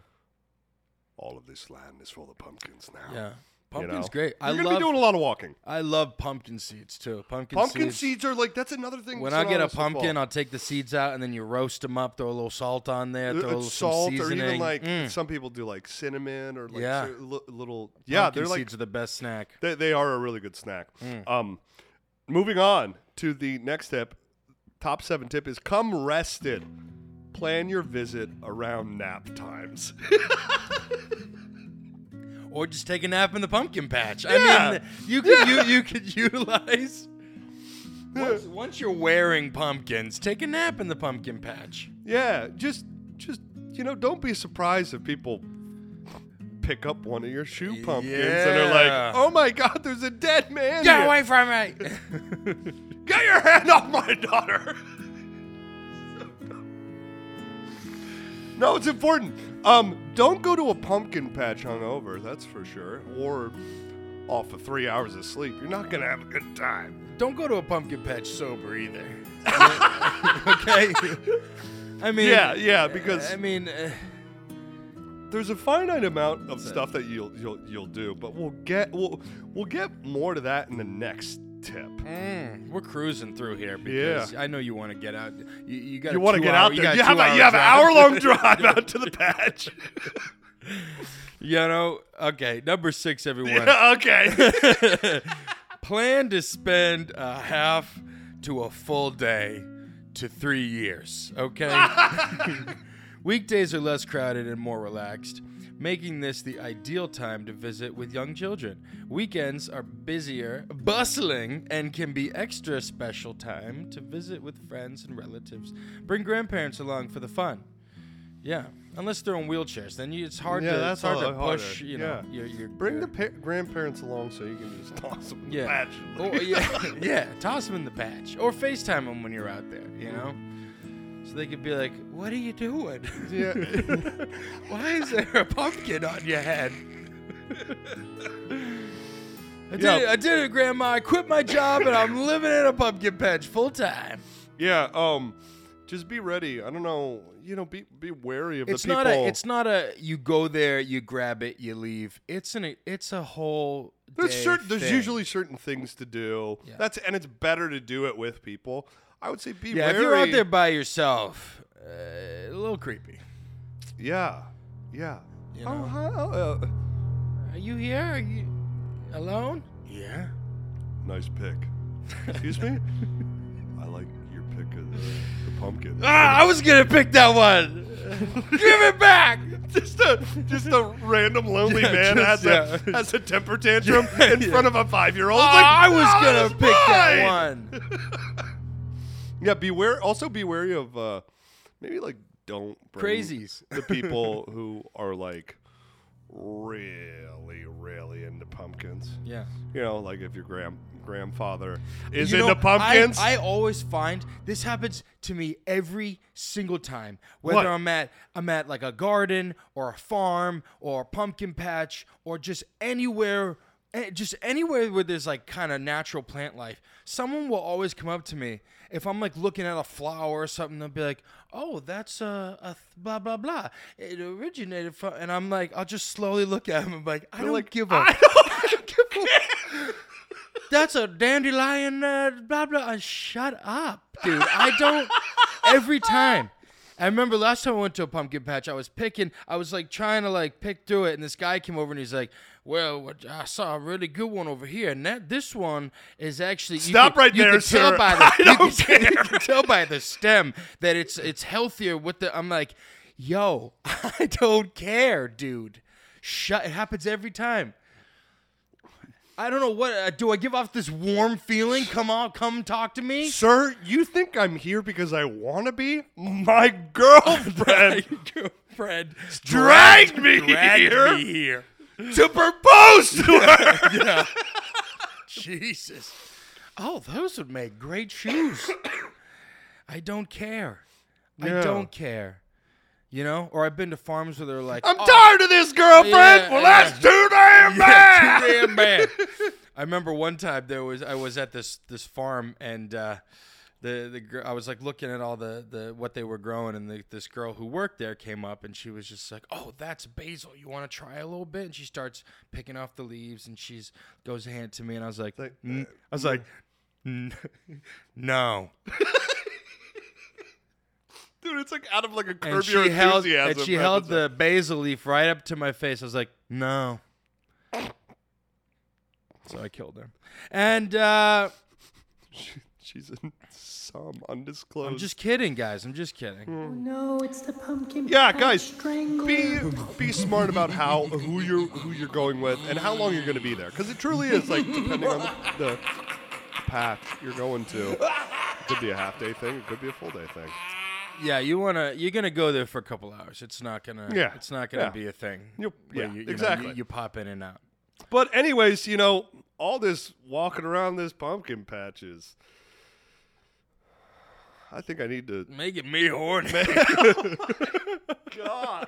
[SPEAKER 1] all of this land is for the pumpkins now.
[SPEAKER 2] Yeah.
[SPEAKER 1] You
[SPEAKER 2] Pumpkin's
[SPEAKER 1] know?
[SPEAKER 2] great. I
[SPEAKER 1] You're gonna
[SPEAKER 2] love
[SPEAKER 1] be doing a lot of walking.
[SPEAKER 2] I love pumpkin seeds too. Pumpkin,
[SPEAKER 1] Pumpkin
[SPEAKER 2] seeds.
[SPEAKER 1] seeds. are like that's another thing.
[SPEAKER 2] When I
[SPEAKER 1] that's
[SPEAKER 2] get a
[SPEAKER 1] synonymous with
[SPEAKER 2] pumpkin,
[SPEAKER 1] fall.
[SPEAKER 2] I'll take the seeds out and then you roast them up, throw a little salt on there,
[SPEAKER 1] Uh,
[SPEAKER 2] throw a little
[SPEAKER 1] it's
[SPEAKER 2] some
[SPEAKER 1] salt or
[SPEAKER 2] seasoning.
[SPEAKER 1] even like
[SPEAKER 2] Mm.
[SPEAKER 1] some people do like cinnamon or like
[SPEAKER 2] Yeah.
[SPEAKER 1] cer- li- little yeah.
[SPEAKER 2] Pumpkin
[SPEAKER 1] They're like
[SPEAKER 2] seeds are the best snack.
[SPEAKER 1] they, they are a really good snack.
[SPEAKER 2] Mm.
[SPEAKER 1] Um, moving on to the next tip. Top seven tip is come rested. Plan your visit around nap times.
[SPEAKER 2] Or just take a nap in the pumpkin patch. I
[SPEAKER 1] Yeah.
[SPEAKER 2] mean, you could you, you could utilize once, once you're wearing pumpkins, take a nap in the pumpkin patch.
[SPEAKER 1] yeah, just just you know, don't be surprised if people pick up one of your shoe pumpkins and they're
[SPEAKER 2] Yeah.
[SPEAKER 1] like, "Oh my God, there's a dead man!" here."
[SPEAKER 2] from me!
[SPEAKER 1] Get your hand off my daughter! no, it's important. Um, don't go to a pumpkin patch hungover, that's for sure. Or off of three hours of sleep. You're not gonna have a good time.
[SPEAKER 2] Don't go to a pumpkin patch sober either. okay? I mean,
[SPEAKER 1] Yeah, yeah, because
[SPEAKER 2] I mean, uh,
[SPEAKER 1] there's a finite amount of stuff that you'll you'll you'll do, but we'll get we'll we'll get more to that in the next tip.
[SPEAKER 2] Mm, we're cruising through here because I know you want to get out. You, you got.
[SPEAKER 1] You want to get out
[SPEAKER 2] You,
[SPEAKER 1] there.
[SPEAKER 2] got
[SPEAKER 1] You have, a,
[SPEAKER 2] two-hour
[SPEAKER 1] you have an
[SPEAKER 2] drive.
[SPEAKER 1] hour long drive out to the patch.
[SPEAKER 2] You know. Okay, number six, everyone.
[SPEAKER 1] Yeah, okay.
[SPEAKER 2] Plan to spend a half to a full day to three years. Okay. Weekdays are less crowded and more relaxed, making this the ideal time to visit with young children. Weekends are busier, bustling, and can be extra special time to visit with friends and relatives. Bring grandparents along for the fun. Yeah, unless they're in wheelchairs, then you, it's hard
[SPEAKER 1] Yeah,
[SPEAKER 2] to
[SPEAKER 1] that's
[SPEAKER 2] it's hard
[SPEAKER 1] a
[SPEAKER 2] to
[SPEAKER 1] lot
[SPEAKER 2] push.
[SPEAKER 1] harder.
[SPEAKER 2] You know,
[SPEAKER 1] Yeah.
[SPEAKER 2] your, your,
[SPEAKER 1] Bring
[SPEAKER 2] your,
[SPEAKER 1] the pa- grandparents along so you can just toss them in
[SPEAKER 2] yeah.
[SPEAKER 1] the patch.
[SPEAKER 2] Oh, yeah, yeah. Toss them in the patch or FaceTime them when you're out there. You know, so they could be like, "What are you doing?
[SPEAKER 1] Yeah.
[SPEAKER 2] Why is there a pumpkin on your head?" I did,
[SPEAKER 1] Yeah.
[SPEAKER 2] it, I did it, Grandma. I quit my job and I'm living in a pumpkin patch full time.
[SPEAKER 1] yeah. Um, just be ready. I don't know. You know, be be wary of
[SPEAKER 2] It's
[SPEAKER 1] the people.
[SPEAKER 2] not a. It's not a. You go there, you grab it, you leave. It's an. It's a whole.
[SPEAKER 1] there's
[SPEAKER 2] day
[SPEAKER 1] certain. There's
[SPEAKER 2] thing.
[SPEAKER 1] usually certain things to do.
[SPEAKER 2] Yeah.
[SPEAKER 1] That's and it's better to do it with people. I would say be
[SPEAKER 2] Yeah,
[SPEAKER 1] wary.
[SPEAKER 2] if you're out there by yourself, uh, a little creepy.
[SPEAKER 1] Yeah. Yeah.
[SPEAKER 2] You
[SPEAKER 1] Oh,
[SPEAKER 2] know?
[SPEAKER 1] hi, oh, uh,
[SPEAKER 2] Are you here? Are you alone?
[SPEAKER 3] Yeah.
[SPEAKER 1] nice pick. Excuse me. I like your pick of the, the pumpkin.
[SPEAKER 2] Ah, I was gonna pick that one. Give it back.
[SPEAKER 1] Just a just a random lonely
[SPEAKER 2] Yeah,
[SPEAKER 1] man
[SPEAKER 2] just-
[SPEAKER 1] has
[SPEAKER 2] yeah.
[SPEAKER 1] a has a temper tantrum in
[SPEAKER 2] yeah.
[SPEAKER 1] front of a five year old.
[SPEAKER 2] Ah, I was gonna pick that one.
[SPEAKER 1] Yeah, beware. Also, be wary of uh, maybe like don't bring
[SPEAKER 2] Crazies.
[SPEAKER 1] the people who are like really, really into pumpkins.
[SPEAKER 2] Yeah.
[SPEAKER 1] You know, like if your grand grandfather is
[SPEAKER 2] You know,
[SPEAKER 1] into pumpkins.
[SPEAKER 2] I, I always find this happens to me every single time. Whether
[SPEAKER 1] What?
[SPEAKER 2] I'm at I'm at like a garden or a farm or a pumpkin patch or just anywhere eh, just anywhere where there's like kind of natural plant life, someone will always come up to me if I'm like looking at a flower or something. They'll be like, "Oh, that's a, a th- blah blah blah. It originated from," and I'm like, I'll just slowly look at them and be like, "I don't
[SPEAKER 1] like,
[SPEAKER 2] give a
[SPEAKER 1] I don't give a
[SPEAKER 2] that's a dandelion, uh, blah, blah. Uh, shut up, dude. I don't. Every time. I remember last time I went to a pumpkin patch, I was picking, I was like trying to like pick through it, and this guy came over and he's like, "Well, what- I saw a really good one over here, and that this one is actually you
[SPEAKER 1] Stop
[SPEAKER 2] can-
[SPEAKER 1] right
[SPEAKER 2] you
[SPEAKER 1] there,
[SPEAKER 2] can tell
[SPEAKER 1] sir.
[SPEAKER 2] by the-
[SPEAKER 1] I
[SPEAKER 2] you
[SPEAKER 1] don't
[SPEAKER 2] can- you
[SPEAKER 1] care.
[SPEAKER 2] can tell by the stem that it's it's healthier with the. I'm like, yo, I don't care, dude. Shut. It happens every time. I don't know what uh, do I give off this warm feeling? Come on, come talk to me.
[SPEAKER 1] Sir, you think I'm here because I want to be? My girlfriend
[SPEAKER 2] Fred,
[SPEAKER 1] dragged me here
[SPEAKER 2] here.
[SPEAKER 1] to propose to her.
[SPEAKER 2] Jesus. Oh, those would make great shoes. I don't care.
[SPEAKER 1] Yeah.
[SPEAKER 2] I don't care. You know, or I've been to farms where they're like,
[SPEAKER 1] I'm
[SPEAKER 2] "Oh,
[SPEAKER 1] tired of this girlfriend.
[SPEAKER 2] Yeah,
[SPEAKER 1] well,
[SPEAKER 2] yeah.
[SPEAKER 1] that's too damn
[SPEAKER 2] Yeah,
[SPEAKER 1] bad.
[SPEAKER 2] too damn bad. I remember one time there was I was at this this farm and uh, the the gir- I was like looking at all the, the what they were growing and the, this girl who worked there came up and she was just like, "Oh, that's basil. You want to try a little bit?" And she starts picking off the leaves and she's goes to hand it to me and I was like,
[SPEAKER 1] Like,
[SPEAKER 2] "N- I was like, "N- no.
[SPEAKER 1] Dude, it's like out of like a curb
[SPEAKER 2] and
[SPEAKER 1] your
[SPEAKER 2] she held
[SPEAKER 1] enthusiasm
[SPEAKER 2] and she
[SPEAKER 1] episode.
[SPEAKER 2] held the basil leaf right up to my face. I was like, no. So I killed her. And uh,
[SPEAKER 1] She- She's in some undisclosed.
[SPEAKER 2] I'm just kidding, guys. I'm just
[SPEAKER 1] Hmm.
[SPEAKER 2] kidding.
[SPEAKER 4] Oh, No, it's the pumpkin.
[SPEAKER 1] yeah,
[SPEAKER 4] patch
[SPEAKER 1] guys,
[SPEAKER 4] strangler.
[SPEAKER 1] be be smart about how who you're who you're going with and how long you're going to be there because it truly is like depending on the, the path you're going to. It could be a half day thing. It could be a full day thing.
[SPEAKER 2] Yeah, you wanna you're gonna go there for a couple hours. It's not gonna
[SPEAKER 1] Yeah,
[SPEAKER 2] it's not gonna
[SPEAKER 1] yeah.
[SPEAKER 2] be a thing.
[SPEAKER 1] Yep,
[SPEAKER 2] where
[SPEAKER 1] yeah,
[SPEAKER 2] you- you know, you-
[SPEAKER 1] exactly.
[SPEAKER 2] you, pop in and out.
[SPEAKER 1] But anyways, you know, all this walking around this pumpkin patches. I think I need to.
[SPEAKER 2] Making me horny.
[SPEAKER 1] God.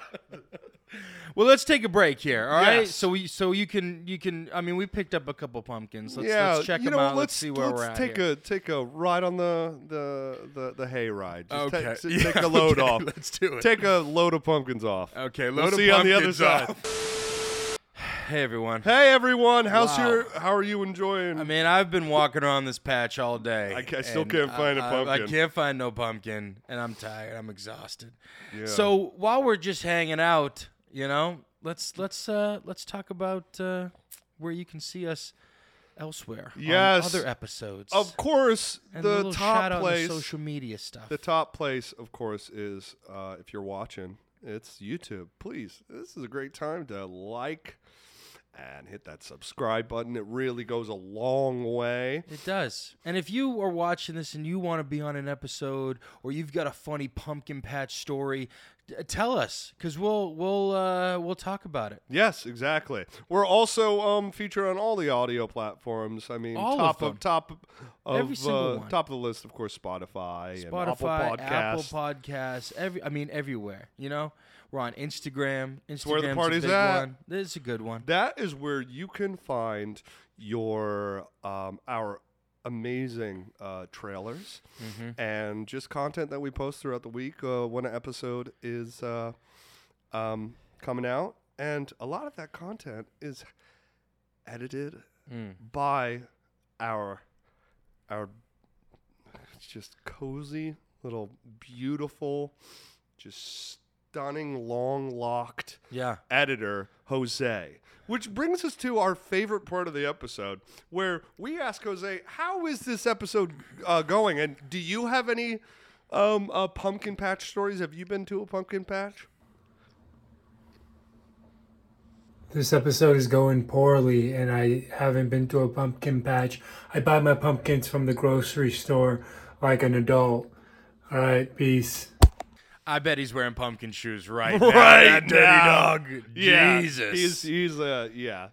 [SPEAKER 2] well, let's take a break here. All right.
[SPEAKER 1] Yes.
[SPEAKER 2] So we so you can you can I mean we picked up a couple pumpkins. Let's,
[SPEAKER 1] yeah,
[SPEAKER 2] let's check
[SPEAKER 1] you
[SPEAKER 2] them
[SPEAKER 1] know,
[SPEAKER 2] out.
[SPEAKER 1] Let's,
[SPEAKER 2] Let's, see where
[SPEAKER 1] let's
[SPEAKER 2] we're at.
[SPEAKER 1] take
[SPEAKER 2] here.
[SPEAKER 1] a take a ride on the the the, the hay ride. Just
[SPEAKER 2] okay.
[SPEAKER 1] Take, s-
[SPEAKER 2] Yeah,
[SPEAKER 1] take a load
[SPEAKER 2] okay,
[SPEAKER 1] off.
[SPEAKER 2] Let's do it.
[SPEAKER 1] Take a load of pumpkins off.
[SPEAKER 2] Okay,
[SPEAKER 1] We'll
[SPEAKER 2] load of
[SPEAKER 1] see you on the other
[SPEAKER 2] pumpkins
[SPEAKER 1] side.
[SPEAKER 2] hey everyone.
[SPEAKER 1] Hey everyone, how's
[SPEAKER 2] Wow.
[SPEAKER 1] your how are you enjoying?
[SPEAKER 2] I mean, I've been walking around this patch all day.
[SPEAKER 1] I ca- I still
[SPEAKER 2] and
[SPEAKER 1] can't find a
[SPEAKER 2] I- I, I
[SPEAKER 1] pumpkin.
[SPEAKER 2] can't find no pumpkin, and I'm tired. I'm exhausted.
[SPEAKER 1] Yeah.
[SPEAKER 2] So while we're just hanging out, you know, let's let's uh, let's talk about uh, where you can see us elsewhere. on
[SPEAKER 1] Yes.
[SPEAKER 2] other episodes.
[SPEAKER 1] of course,
[SPEAKER 2] and a
[SPEAKER 1] the
[SPEAKER 2] little
[SPEAKER 1] top
[SPEAKER 2] shout out
[SPEAKER 1] place
[SPEAKER 2] on the social media stuff.
[SPEAKER 1] The top place, of course, is uh, if you're watching, it's YouTube. Please, this is a great time to like and hit that subscribe button. It really goes a long way.
[SPEAKER 2] It does. And if you are watching this and you want to be on an episode or you've got a funny pumpkin patch story, d- tell us cuz we'll we'll uh, we'll talk about it.
[SPEAKER 1] Yes, exactly. We're also um, featured on all the audio platforms. I mean,
[SPEAKER 2] All of
[SPEAKER 1] top
[SPEAKER 2] them.
[SPEAKER 1] top of
[SPEAKER 2] Every single
[SPEAKER 1] uh,
[SPEAKER 2] one.
[SPEAKER 1] top of the list, of course, Spotify, and Apple
[SPEAKER 2] Spotify,
[SPEAKER 1] Podcasts.
[SPEAKER 2] Apple Podcasts, every I mean everywhere, you know? We're on Instagram. Instagram's
[SPEAKER 1] where the
[SPEAKER 2] a
[SPEAKER 1] party's
[SPEAKER 2] big
[SPEAKER 1] at.
[SPEAKER 2] one. This is a good one.
[SPEAKER 1] that is where you can find your um, our amazing uh, trailers and just content that we post throughout the week uh, when an episode is uh, um, coming out and a lot of that content is edited by our our it's just cozy little beautiful just stunning long locked
[SPEAKER 2] Yeah.
[SPEAKER 1] editor Jose. Which brings us to our favorite part of the episode, where we ask Jose, "How is this episode uh, going? And do you have any um, uh, pumpkin patch stories? Have you been to a pumpkin patch?"
[SPEAKER 5] This episode is going poorly, and I haven't been to a pumpkin patch. I buy my pumpkins from the grocery store like an adult. All right, peace.
[SPEAKER 2] I bet he's wearing pumpkin shoes right, now.
[SPEAKER 1] Right
[SPEAKER 2] That dirty
[SPEAKER 1] now.
[SPEAKER 2] dog.
[SPEAKER 1] Yeah,
[SPEAKER 2] Jesus.
[SPEAKER 1] He's he's uh yeah.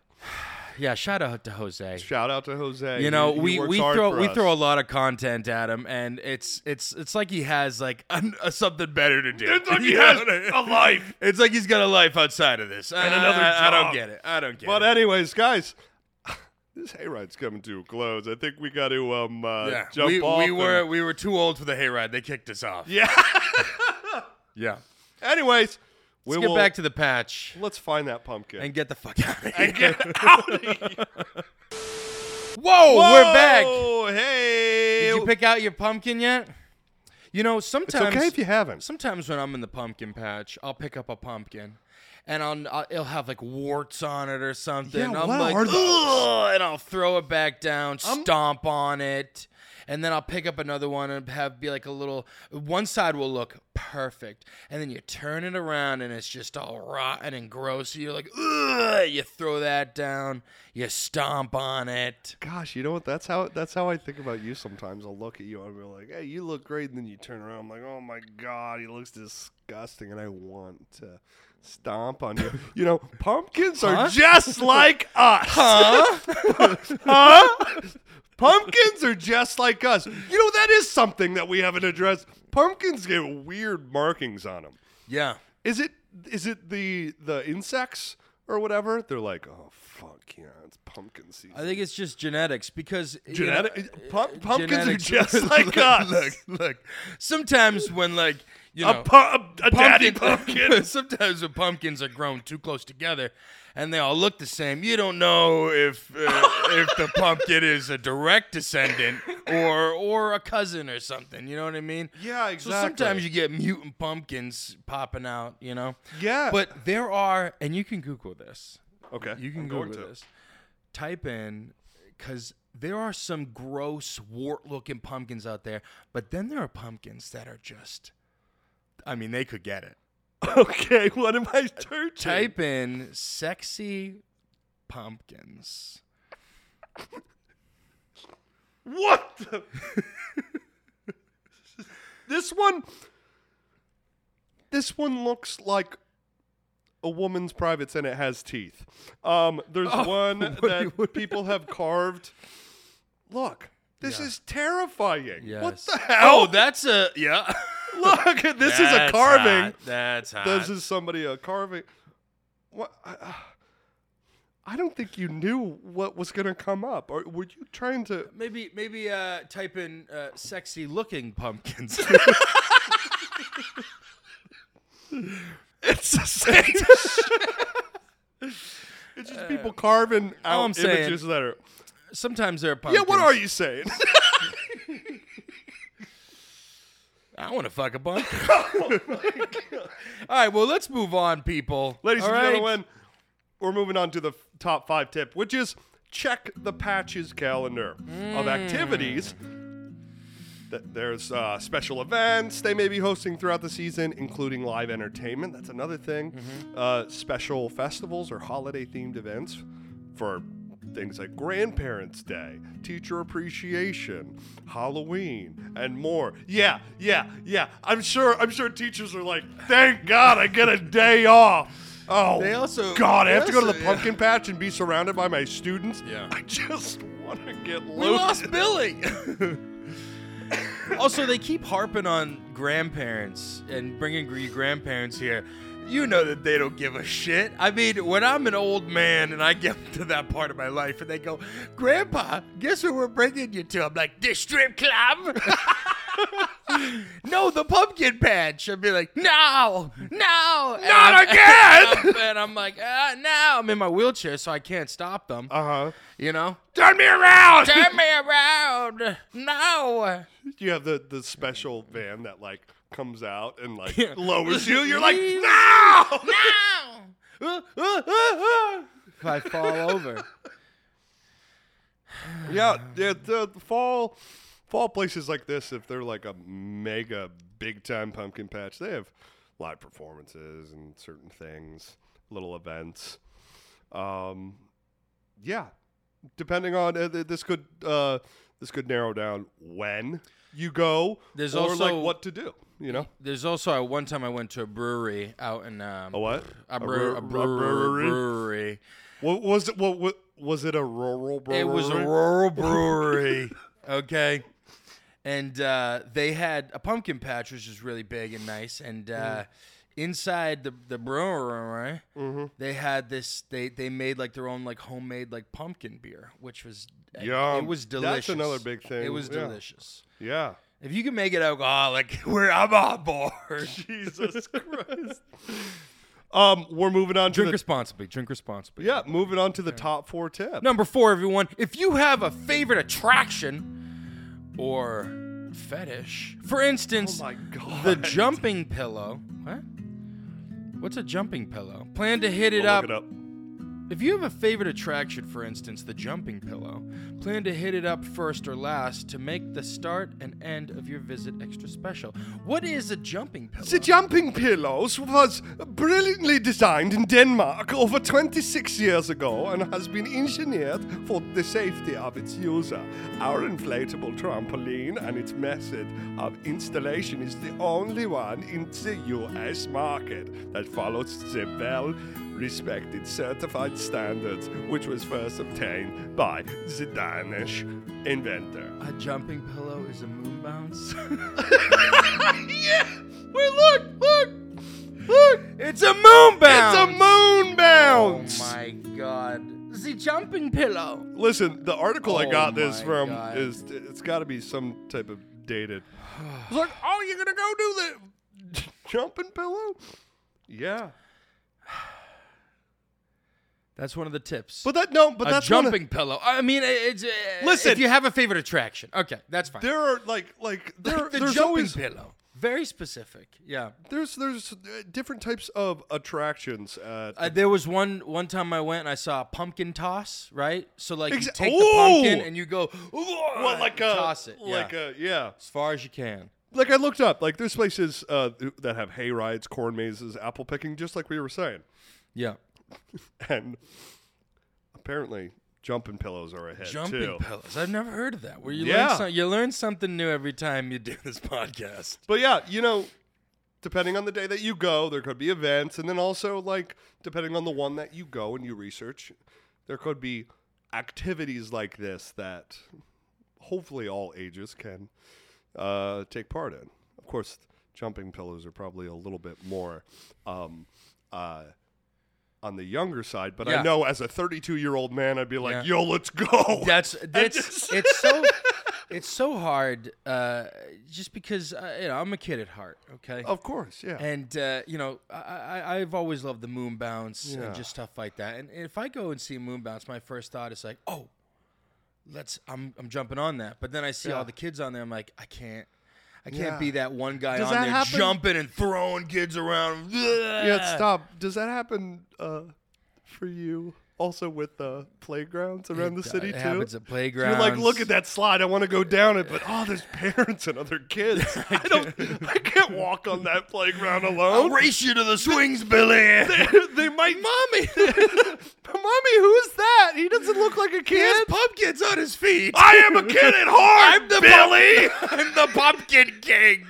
[SPEAKER 2] yeah, shout out to Jose.
[SPEAKER 1] Shout out to Jose.
[SPEAKER 2] you know,
[SPEAKER 1] He- he
[SPEAKER 2] we,
[SPEAKER 1] works
[SPEAKER 2] we
[SPEAKER 1] hard
[SPEAKER 2] throw
[SPEAKER 1] for
[SPEAKER 2] we
[SPEAKER 1] us.
[SPEAKER 2] throw a lot of content at him, and it's it's it's like he has like an, a, something better to do.
[SPEAKER 1] It's like he
[SPEAKER 2] You know
[SPEAKER 1] has
[SPEAKER 2] what I mean?
[SPEAKER 1] a life.
[SPEAKER 2] It's like he's got a life outside of this. And
[SPEAKER 1] another
[SPEAKER 2] I, I don't
[SPEAKER 1] job.
[SPEAKER 2] get it. I don't get
[SPEAKER 1] But
[SPEAKER 2] it.
[SPEAKER 1] anyways, guys, this hayride's coming to a close. I think we got to um uh,
[SPEAKER 2] yeah,
[SPEAKER 1] jump
[SPEAKER 2] we,
[SPEAKER 1] off.
[SPEAKER 2] we were
[SPEAKER 1] and-
[SPEAKER 2] we were too old for the hayride. They kicked us off.
[SPEAKER 1] yeah.
[SPEAKER 2] yeah.
[SPEAKER 1] anyways, we
[SPEAKER 2] Let's
[SPEAKER 1] will
[SPEAKER 2] get back to the patch
[SPEAKER 1] let's find that pumpkin.
[SPEAKER 2] and get the fuck out of here.
[SPEAKER 1] And get out of here.
[SPEAKER 2] Whoa, we're back.
[SPEAKER 1] Whoa, Oh, Hey,
[SPEAKER 2] Did you pick out your pumpkin yet? You know,
[SPEAKER 1] it's
[SPEAKER 2] sometimes
[SPEAKER 1] okay if you haven't.
[SPEAKER 2] sometimes when I'm in the pumpkin patch, I'll pick up a pumpkin, and I'll, I'll it'll have like warts on it or something.
[SPEAKER 1] Yeah,
[SPEAKER 2] I'm
[SPEAKER 1] what
[SPEAKER 2] like,
[SPEAKER 1] are those?
[SPEAKER 2] "Ugh," Uh, and I'll throw it back down, stomp on it, and then I'll pick up another one and have be like a little. One side will look perfect, and then you turn it around and it's just all rotten and gross. You're like, Ugh, you throw that down, you stomp on it.
[SPEAKER 1] Gosh, you know what? That's how that's how I think about you sometimes. I'll look at you and I'll be like, "Hey, you look great," and then you turn around, I'm like, "Oh my god, he looks disgusting," and I want to stomp on you. you know, pumpkins
[SPEAKER 2] Huh?
[SPEAKER 1] are just like us.
[SPEAKER 2] Huh?
[SPEAKER 1] Huh? Pumpkins are just like us. You know that is something that we haven't addressed. Pumpkins get weird markings on them.
[SPEAKER 2] yeah.
[SPEAKER 1] Is it is it the the insects or whatever? They're like, "Oh fuck, yeah, it's pumpkin season."
[SPEAKER 2] I think it's just genetics because you know, uh,
[SPEAKER 1] Genetic pump, pumpkins
[SPEAKER 2] genetics-
[SPEAKER 1] are just like us.
[SPEAKER 2] Look, look. Sometimes when like you
[SPEAKER 1] a,
[SPEAKER 2] know,
[SPEAKER 1] pu- a, a daddy pumpkin.
[SPEAKER 2] sometimes when pumpkins are grown too close together, and they all look the same, you don't know if uh, if the pumpkin is a direct descendant or or a cousin or something. You know what I mean?
[SPEAKER 1] Yeah,
[SPEAKER 2] So
[SPEAKER 1] exactly.
[SPEAKER 2] sometimes you get mutant pumpkins popping out. You know?
[SPEAKER 1] yeah.
[SPEAKER 2] But there are, and you can Google this.
[SPEAKER 1] okay,
[SPEAKER 2] You can
[SPEAKER 1] I'm
[SPEAKER 2] go
[SPEAKER 1] going
[SPEAKER 2] Google
[SPEAKER 1] to.
[SPEAKER 2] this. Type in because there are some gross wart-looking pumpkins out there, but then there are pumpkins that are just. I mean, they could get it.
[SPEAKER 1] Okay, what am I searching?
[SPEAKER 2] Type in sexy pumpkins.
[SPEAKER 1] What? The? this one. This one looks like a woman's privates, and it has teeth. Um, there's one
[SPEAKER 2] Oh, what do you-
[SPEAKER 1] that people have carved. Look, this
[SPEAKER 2] Yeah.
[SPEAKER 1] is terrifying. What
[SPEAKER 2] Yes.
[SPEAKER 1] the hell?
[SPEAKER 2] Oh, that's a yeah.
[SPEAKER 1] Look, this is a
[SPEAKER 2] That's
[SPEAKER 1] carving.
[SPEAKER 2] hot. That's hot.
[SPEAKER 1] This is somebody a carving. What? I, uh, I don't think you knew what was going to come up. Or were you trying to?
[SPEAKER 2] maybe maybe uh, type in uh, sexy looking pumpkins.
[SPEAKER 1] It's the same. shit. it's just people carving out
[SPEAKER 2] all I'm saying-
[SPEAKER 1] images that are.
[SPEAKER 2] Sometimes there are
[SPEAKER 1] Yeah,
[SPEAKER 2] pumpkins.
[SPEAKER 1] what are you saying?
[SPEAKER 2] I want to fuck a bunch. All
[SPEAKER 1] Oh
[SPEAKER 2] right, well, let's move on, people.
[SPEAKER 1] Ladies
[SPEAKER 2] All
[SPEAKER 1] and
[SPEAKER 2] right?
[SPEAKER 1] gentlemen, we're moving on to the f- top five tip, which is check the patches calendar
[SPEAKER 2] Hmm.
[SPEAKER 1] of activities. Th- There's uh, special events they may be hosting throughout the season, including live entertainment. That's another thing.
[SPEAKER 2] Mm-hmm.
[SPEAKER 1] Uh, special festivals or holiday themed events for things like Grandparents' Day, Teacher Appreciation, Halloween, and more. Yeah, yeah, yeah. I'm sure. I'm sure teachers are like, "Thank God I get a day off." Oh,
[SPEAKER 2] They also-
[SPEAKER 1] God, I
[SPEAKER 2] they
[SPEAKER 1] have to go to
[SPEAKER 2] also-
[SPEAKER 1] the
[SPEAKER 2] yeah.
[SPEAKER 1] pumpkin patch and be surrounded by my students.
[SPEAKER 2] Yeah.
[SPEAKER 1] I just want to get loaded.
[SPEAKER 2] We lost Billy. also, they keep harping on grandparents and bringing your grandparents here. You know that they don't give a shit. I mean, when I'm an old man and I get to that part of my life and they go, Grandpa, guess where we're bringing you to? I'm like, the strip club? no, the pumpkin patch. I'd be like, no, no. And
[SPEAKER 1] Not
[SPEAKER 2] I'm-
[SPEAKER 1] again!
[SPEAKER 2] And I'm, and I'm like, ah, no. I'm in my wheelchair, so I can't stop them,
[SPEAKER 1] Uh huh.
[SPEAKER 2] you know?
[SPEAKER 1] Turn me around.
[SPEAKER 2] Turn me around. No.
[SPEAKER 1] you have the the special van that like comes out and like
[SPEAKER 2] Yeah.
[SPEAKER 1] lowers you. You're like, no.
[SPEAKER 2] No. if I fall over.
[SPEAKER 1] Yeah, yeah. The fall fall places like this, if they're like a mega big time pumpkin patch, they have live performances and certain things, little events. Um, yeah, depending on uh, th- this could uh, This could narrow down when you go
[SPEAKER 2] There's
[SPEAKER 1] or like
[SPEAKER 2] also-
[SPEAKER 1] what to do, you know?
[SPEAKER 2] There's also uh, one time I went to a brewery out in um,
[SPEAKER 1] A what?
[SPEAKER 2] A, brew,
[SPEAKER 1] bre-
[SPEAKER 2] a,
[SPEAKER 1] brewery?
[SPEAKER 2] brewery. brewery.
[SPEAKER 1] What was it? What, what was it? A rural brewery?
[SPEAKER 2] It was a rural brewery. okay. And uh, they had a pumpkin patch, which is really big and nice. And uh,
[SPEAKER 1] Mm.
[SPEAKER 2] inside the the brewery,
[SPEAKER 1] Mm-hmm.
[SPEAKER 2] they had this. They they made like their own like homemade like pumpkin beer, which was It
[SPEAKER 1] Yum.
[SPEAKER 2] was
[SPEAKER 1] That's
[SPEAKER 2] delicious.
[SPEAKER 1] another big thing.
[SPEAKER 2] It was
[SPEAKER 1] Yeah.
[SPEAKER 2] delicious.
[SPEAKER 1] Yeah.
[SPEAKER 2] If you can make it alcoholic, we're I'm on board.
[SPEAKER 1] Jesus Christ. Um, we're moving on to
[SPEAKER 2] Drink
[SPEAKER 1] the
[SPEAKER 2] responsibly. Drink responsibly.
[SPEAKER 1] yeah, moving on to the top four tip.
[SPEAKER 2] Number four, everyone, if you have a favorite attraction or fetish, for instance,
[SPEAKER 1] Oh my God.
[SPEAKER 2] the jumping pillow. What? What's a jumping pillow? Plan to hit it,
[SPEAKER 1] I'll
[SPEAKER 2] up.
[SPEAKER 1] look it up.
[SPEAKER 2] If you have a favorite attraction, for instance, the jumping pillow, plan to hit it up first or last to make the start and end of your visit extra special. What is a jumping pillow?
[SPEAKER 1] The jumping pillows was brilliantly designed in Denmark over 26 years ago and has been engineered for the safety of its user. Our inflatable trampoline and its method of installation is the only one in the US market that follows the well respected certified standards which was first obtained by the Danish inventor.
[SPEAKER 2] a jumping pillow is a moon bounce.
[SPEAKER 1] yeah! Wait, look! Look! Look!
[SPEAKER 2] it's a moon bounce.
[SPEAKER 1] It's a moon bounce.
[SPEAKER 2] Oh my god. The jumping pillow.
[SPEAKER 1] Listen, the article I
[SPEAKER 2] Oh
[SPEAKER 1] got this
[SPEAKER 2] my
[SPEAKER 1] from
[SPEAKER 2] God.
[SPEAKER 1] is it's got to be some type of dated. It's like, oh, you're gonna go do the jumping pillow? Yeah,
[SPEAKER 2] That's one of the tips.
[SPEAKER 1] but that no, but
[SPEAKER 2] a
[SPEAKER 1] that's one of-
[SPEAKER 2] jumping pillow. I mean, it's uh,
[SPEAKER 1] Listen.
[SPEAKER 2] If you have a favorite attraction, okay, that's fine.
[SPEAKER 1] there are like like there
[SPEAKER 2] the
[SPEAKER 1] there's
[SPEAKER 2] jumping
[SPEAKER 1] always
[SPEAKER 2] pillow. Very specific. Yeah.
[SPEAKER 1] there's there's uh, different types of attractions at
[SPEAKER 2] Uh, there was one one time I went and I saw a pumpkin toss. Right. So like you
[SPEAKER 1] Exa-
[SPEAKER 2] take the pumpkin
[SPEAKER 1] Ooh!
[SPEAKER 2] and you go
[SPEAKER 1] Well, like a
[SPEAKER 2] toss it.
[SPEAKER 1] like
[SPEAKER 2] yeah.
[SPEAKER 1] a yeah
[SPEAKER 2] as far as you can.
[SPEAKER 1] like I looked up like there's places uh, that have hay rides, corn mazes, apple picking, just like we were saying.
[SPEAKER 2] Yeah.
[SPEAKER 1] and apparently jumping pillows are a hit
[SPEAKER 2] Jumping
[SPEAKER 1] too.
[SPEAKER 2] pillows. I've never heard of that. Where you
[SPEAKER 1] Yeah.
[SPEAKER 2] learn some, you learn something new every time you do this podcast.
[SPEAKER 1] but yeah, you know, depending on the day that you go, there could be events, and then also like depending on the one that you go and you research, there could be activities like this that hopefully all ages can uh, take part in. Of course, jumping pillows are probably a little bit more. Um, uh, on the younger side, but
[SPEAKER 2] Yeah.
[SPEAKER 1] I know as a 32 year old man, I'd be like,
[SPEAKER 2] Yeah.
[SPEAKER 1] "Yo, let's go!"
[SPEAKER 2] That's that's
[SPEAKER 1] just-
[SPEAKER 2] it's so it's so hard uh, just because uh, you know I'm a kid at heart, okay?
[SPEAKER 1] Of course, yeah.
[SPEAKER 2] And uh, you know I, I I've always loved the moon bounce
[SPEAKER 1] Yeah.
[SPEAKER 2] and just stuff like that. And if I go and see a moon bounce, my first thought is like, oh, let's I'm I'm jumping on that. But then I see
[SPEAKER 1] Yeah.
[SPEAKER 2] all the kids on there, I'm like, I can't. I can't
[SPEAKER 1] Yeah.
[SPEAKER 2] be that one guy
[SPEAKER 1] Does
[SPEAKER 2] on
[SPEAKER 1] that
[SPEAKER 2] there
[SPEAKER 1] happen?
[SPEAKER 2] jumping and throwing kids around.
[SPEAKER 1] yeah, stop. Does that happen uh, for you also with uh, playgrounds around the
[SPEAKER 2] It
[SPEAKER 1] city too?
[SPEAKER 2] happens at playgrounds.
[SPEAKER 1] You're like, look at that slide. I want to go down it, but oh, there's parents and other kids. I don't. I can't walk on that playground
[SPEAKER 2] I'll
[SPEAKER 1] alone.
[SPEAKER 2] race you to the swings, Billy.
[SPEAKER 1] they might, mommy. mommy, who's that? He doesn't look like a
[SPEAKER 2] He
[SPEAKER 1] kid.
[SPEAKER 2] has pumpkins on his feet.
[SPEAKER 1] I am a kid at heart.
[SPEAKER 2] I'm the
[SPEAKER 1] Billy.
[SPEAKER 2] I'm the Pumpkin King.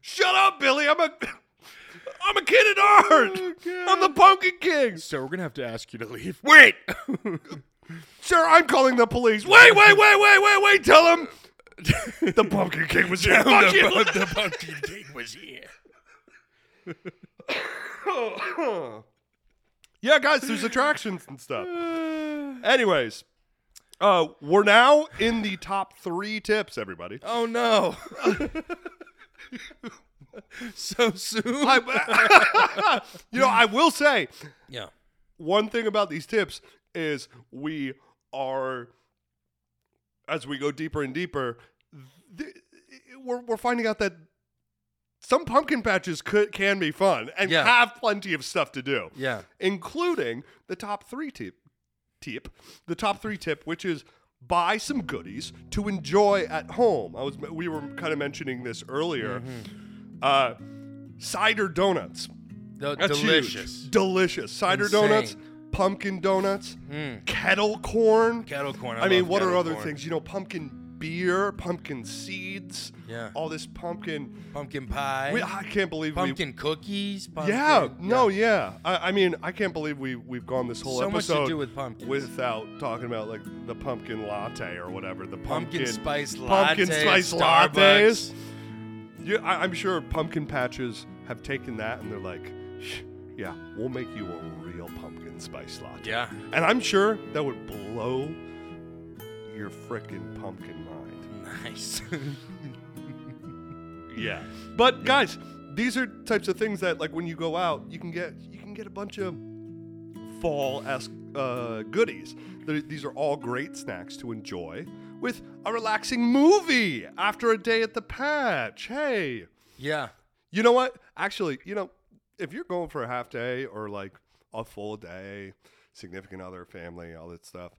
[SPEAKER 1] Shut up, Billy. I'm a. I'm a kid at heart. I'm the Pumpkin King.
[SPEAKER 2] Oh, Sir, we're gonna have to ask you to leave. Wait.
[SPEAKER 1] Sir, I'm calling the police. Wait, wait, wait, wait, wait, wait. Tell him the Pumpkin King was here. Fuck you.
[SPEAKER 2] the Pumpkin King was here.
[SPEAKER 1] yeah, guys, there's attractions and stuff. Anyways, uh, we're now in the top three tips, everybody.
[SPEAKER 2] Oh no. so soon.
[SPEAKER 1] you know, I will say
[SPEAKER 2] yeah.
[SPEAKER 1] one thing about these tips is we are, as we go deeper and deeper, th- we're, we're finding out that some pumpkin patches could, can be fun and
[SPEAKER 2] Yeah.
[SPEAKER 1] have plenty of stuff to do.
[SPEAKER 2] Yeah.
[SPEAKER 1] including the top three tip, tip, the top three tip, which is buy some goodies to enjoy at home. I was we were kind of mentioning this earlier.
[SPEAKER 2] Mm-hmm.
[SPEAKER 1] Uh, cider donuts,
[SPEAKER 2] The-
[SPEAKER 1] That's huge.
[SPEAKER 2] delicious.
[SPEAKER 1] delicious cider
[SPEAKER 2] Insane.
[SPEAKER 1] donuts. pumpkin donuts, kettle corn.
[SPEAKER 2] Kettle corn. I,
[SPEAKER 1] I, mean,
[SPEAKER 2] love
[SPEAKER 1] what are
[SPEAKER 2] kettle
[SPEAKER 1] other
[SPEAKER 2] corn.
[SPEAKER 1] things? You know, pumpkin beer, pumpkin seeds.
[SPEAKER 2] Yeah.
[SPEAKER 1] All this pumpkin.
[SPEAKER 2] Pumpkin pie.
[SPEAKER 1] We, I can't believe
[SPEAKER 2] pumpkin cookies.
[SPEAKER 1] we.
[SPEAKER 2] Pumpkin,
[SPEAKER 1] Yeah, no, yeah. I, I mean, I can't believe we we've gone this whole
[SPEAKER 2] So much to
[SPEAKER 1] episode
[SPEAKER 2] do with pumpkins.
[SPEAKER 1] without talking about like the pumpkin latte or whatever. The
[SPEAKER 2] Pumpkin
[SPEAKER 1] pumpkin,
[SPEAKER 2] spice latte.
[SPEAKER 1] pumpkin spice
[SPEAKER 2] Starbucks.
[SPEAKER 1] lattes. You, I, I'm sure pumpkin patches have taken that and they're like, "Shh, yeah, we'll make you a real pumpkin spice latte.
[SPEAKER 2] Yeah.
[SPEAKER 1] And I'm sure that would blow your frickin' pumpkin mind.
[SPEAKER 2] Nice.
[SPEAKER 1] Yeah. But guys, these are types of things that like when you go out, you can get you can get a bunch of fall esque uh, goodies. Th- These are all great snacks to enjoy with a relaxing movie after a day at the patch. Hey,
[SPEAKER 2] yeah.
[SPEAKER 1] you know what? Actually, you know, if you're going for a half day or like a full day, significant other, family, all that stuff,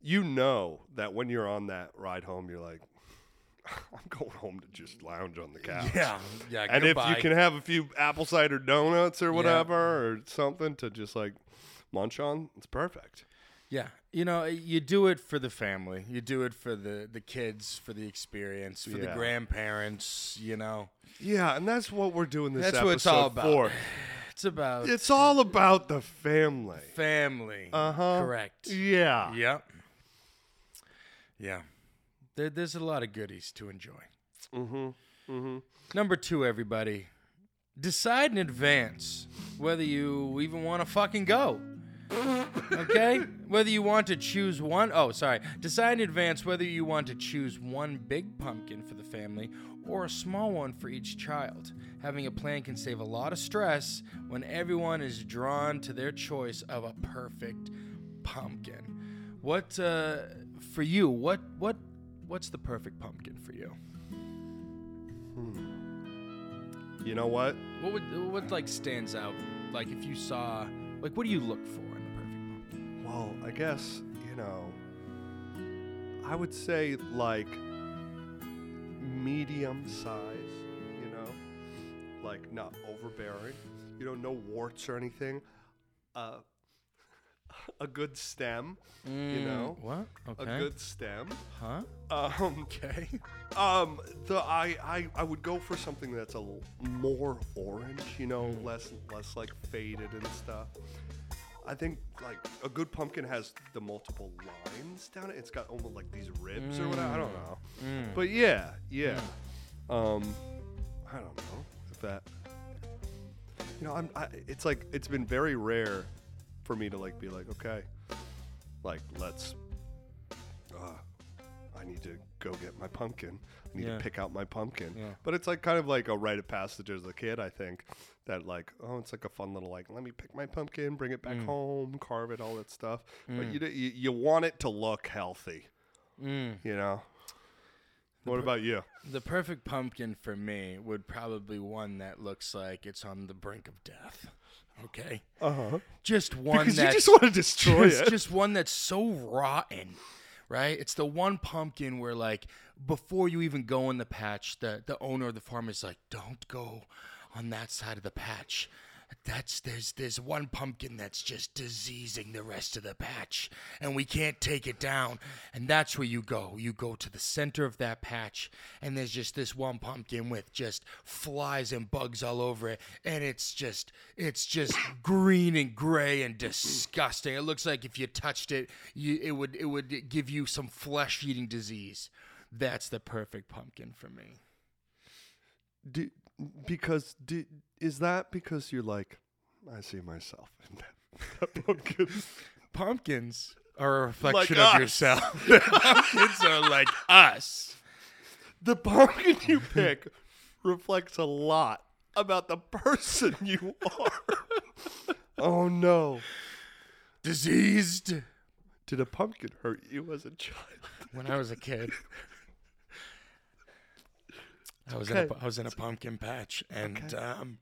[SPEAKER 1] you know that when you're on that ride home, you're like, I'm going home to just lounge on the couch.
[SPEAKER 2] Yeah. Yeah.
[SPEAKER 1] And
[SPEAKER 2] goodbye.
[SPEAKER 1] if you can have a few apple cider donuts or whatever or something to just like munch on, it's perfect.
[SPEAKER 2] Yeah, you know, you do it for the family. You do it for the the kids, for the experience, for the
[SPEAKER 1] Yeah.
[SPEAKER 2] grandparents. You know,
[SPEAKER 1] Yeah, and that's what we're doing this
[SPEAKER 2] That's
[SPEAKER 1] episode
[SPEAKER 2] what it's all about.
[SPEAKER 1] for.
[SPEAKER 2] it's about
[SPEAKER 1] It's all about the family.
[SPEAKER 2] family.
[SPEAKER 1] Uh huh.
[SPEAKER 2] Correct.
[SPEAKER 1] Yeah.
[SPEAKER 2] Yep. Yeah. There, there's a lot of goodies to enjoy. Mm-hmm. Mm-hmm. Number two, everybody, decide in advance whether you even want to fucking go. okay? Whether you want to choose one oh sorry. Decide in advance whether you want to choose one big pumpkin for the family or a small one for each child. Having a plan can save a lot of stress when everyone is drawn to their choice of a perfect pumpkin. What uh, for you? What what what's the perfect pumpkin for you?
[SPEAKER 1] You know what?
[SPEAKER 2] What would what like stands out? Like if you saw like what do you look for in a perfect pumpkin?
[SPEAKER 1] Well, I guess, you know, I would say like medium size, you know, like not overbearing, you know, no warts or anything. Uh, a good stem, you know,
[SPEAKER 2] Mm, What?
[SPEAKER 1] a
[SPEAKER 2] Okay.
[SPEAKER 1] good stem.
[SPEAKER 2] huh?
[SPEAKER 1] Um,
[SPEAKER 2] Okay.
[SPEAKER 1] um, the I, I I would go for something that's a l- more orange, you know, less less like faded and stuff. I think like a good pumpkin has the multiple lines down it. It's got almost like these ribs or whatever. I don't know, but yeah, yeah. Um, I don't know if that. You know, I'm. I, it's like it's been very rare for me to like be like, okay, like let's uh, I need to go get my pumpkin. I need
[SPEAKER 2] Yeah.
[SPEAKER 1] to pick out my pumpkin.
[SPEAKER 2] Yeah.
[SPEAKER 1] But it's like kind of like a rite of passage as a kid, I think. That like, oh, it's like a fun little like, let me pick my pumpkin, bring it back
[SPEAKER 2] Mm.
[SPEAKER 1] home, carve it, all that stuff. But you, d- you you want it to look healthy, you know. What about you?
[SPEAKER 2] Mm. The perfect pumpkin for me would probably one that looks like it's on the brink of death. Okay.
[SPEAKER 1] Uh huh.
[SPEAKER 2] Just one
[SPEAKER 1] Because you
[SPEAKER 2] that's
[SPEAKER 1] just want to destroy
[SPEAKER 2] just,
[SPEAKER 1] it.
[SPEAKER 2] just one that's so rotten, right? It's the one pumpkin where, like, before you even go in the patch, the, the owner of the farm is like, don't go on that side of the patch. That's there's there's one pumpkin that's just diseasing the rest of the patch, and we can't take it down. And that's where you go. You go to the center of that patch, and there's just this one pumpkin with just flies and bugs all over it, and it's just it's just green and gray and disgusting. It looks like if you touched it, you, it would it would give you some flesh eating disease. That's the perfect pumpkin for me.
[SPEAKER 1] do, because do, is that because you're like, I see myself in that, that pumpkin.
[SPEAKER 2] Pumpkins are a reflection
[SPEAKER 1] Like
[SPEAKER 2] of
[SPEAKER 1] us.
[SPEAKER 2] yourself. Pumpkins are like us.
[SPEAKER 1] the pumpkin you pick reflects a lot about the person you are. oh no.
[SPEAKER 2] Diseased.
[SPEAKER 1] Did a pumpkin hurt you as a child?
[SPEAKER 2] When I was a kid, I was in a,
[SPEAKER 1] okay.
[SPEAKER 2] pu- I was in a pumpkin patch, and um,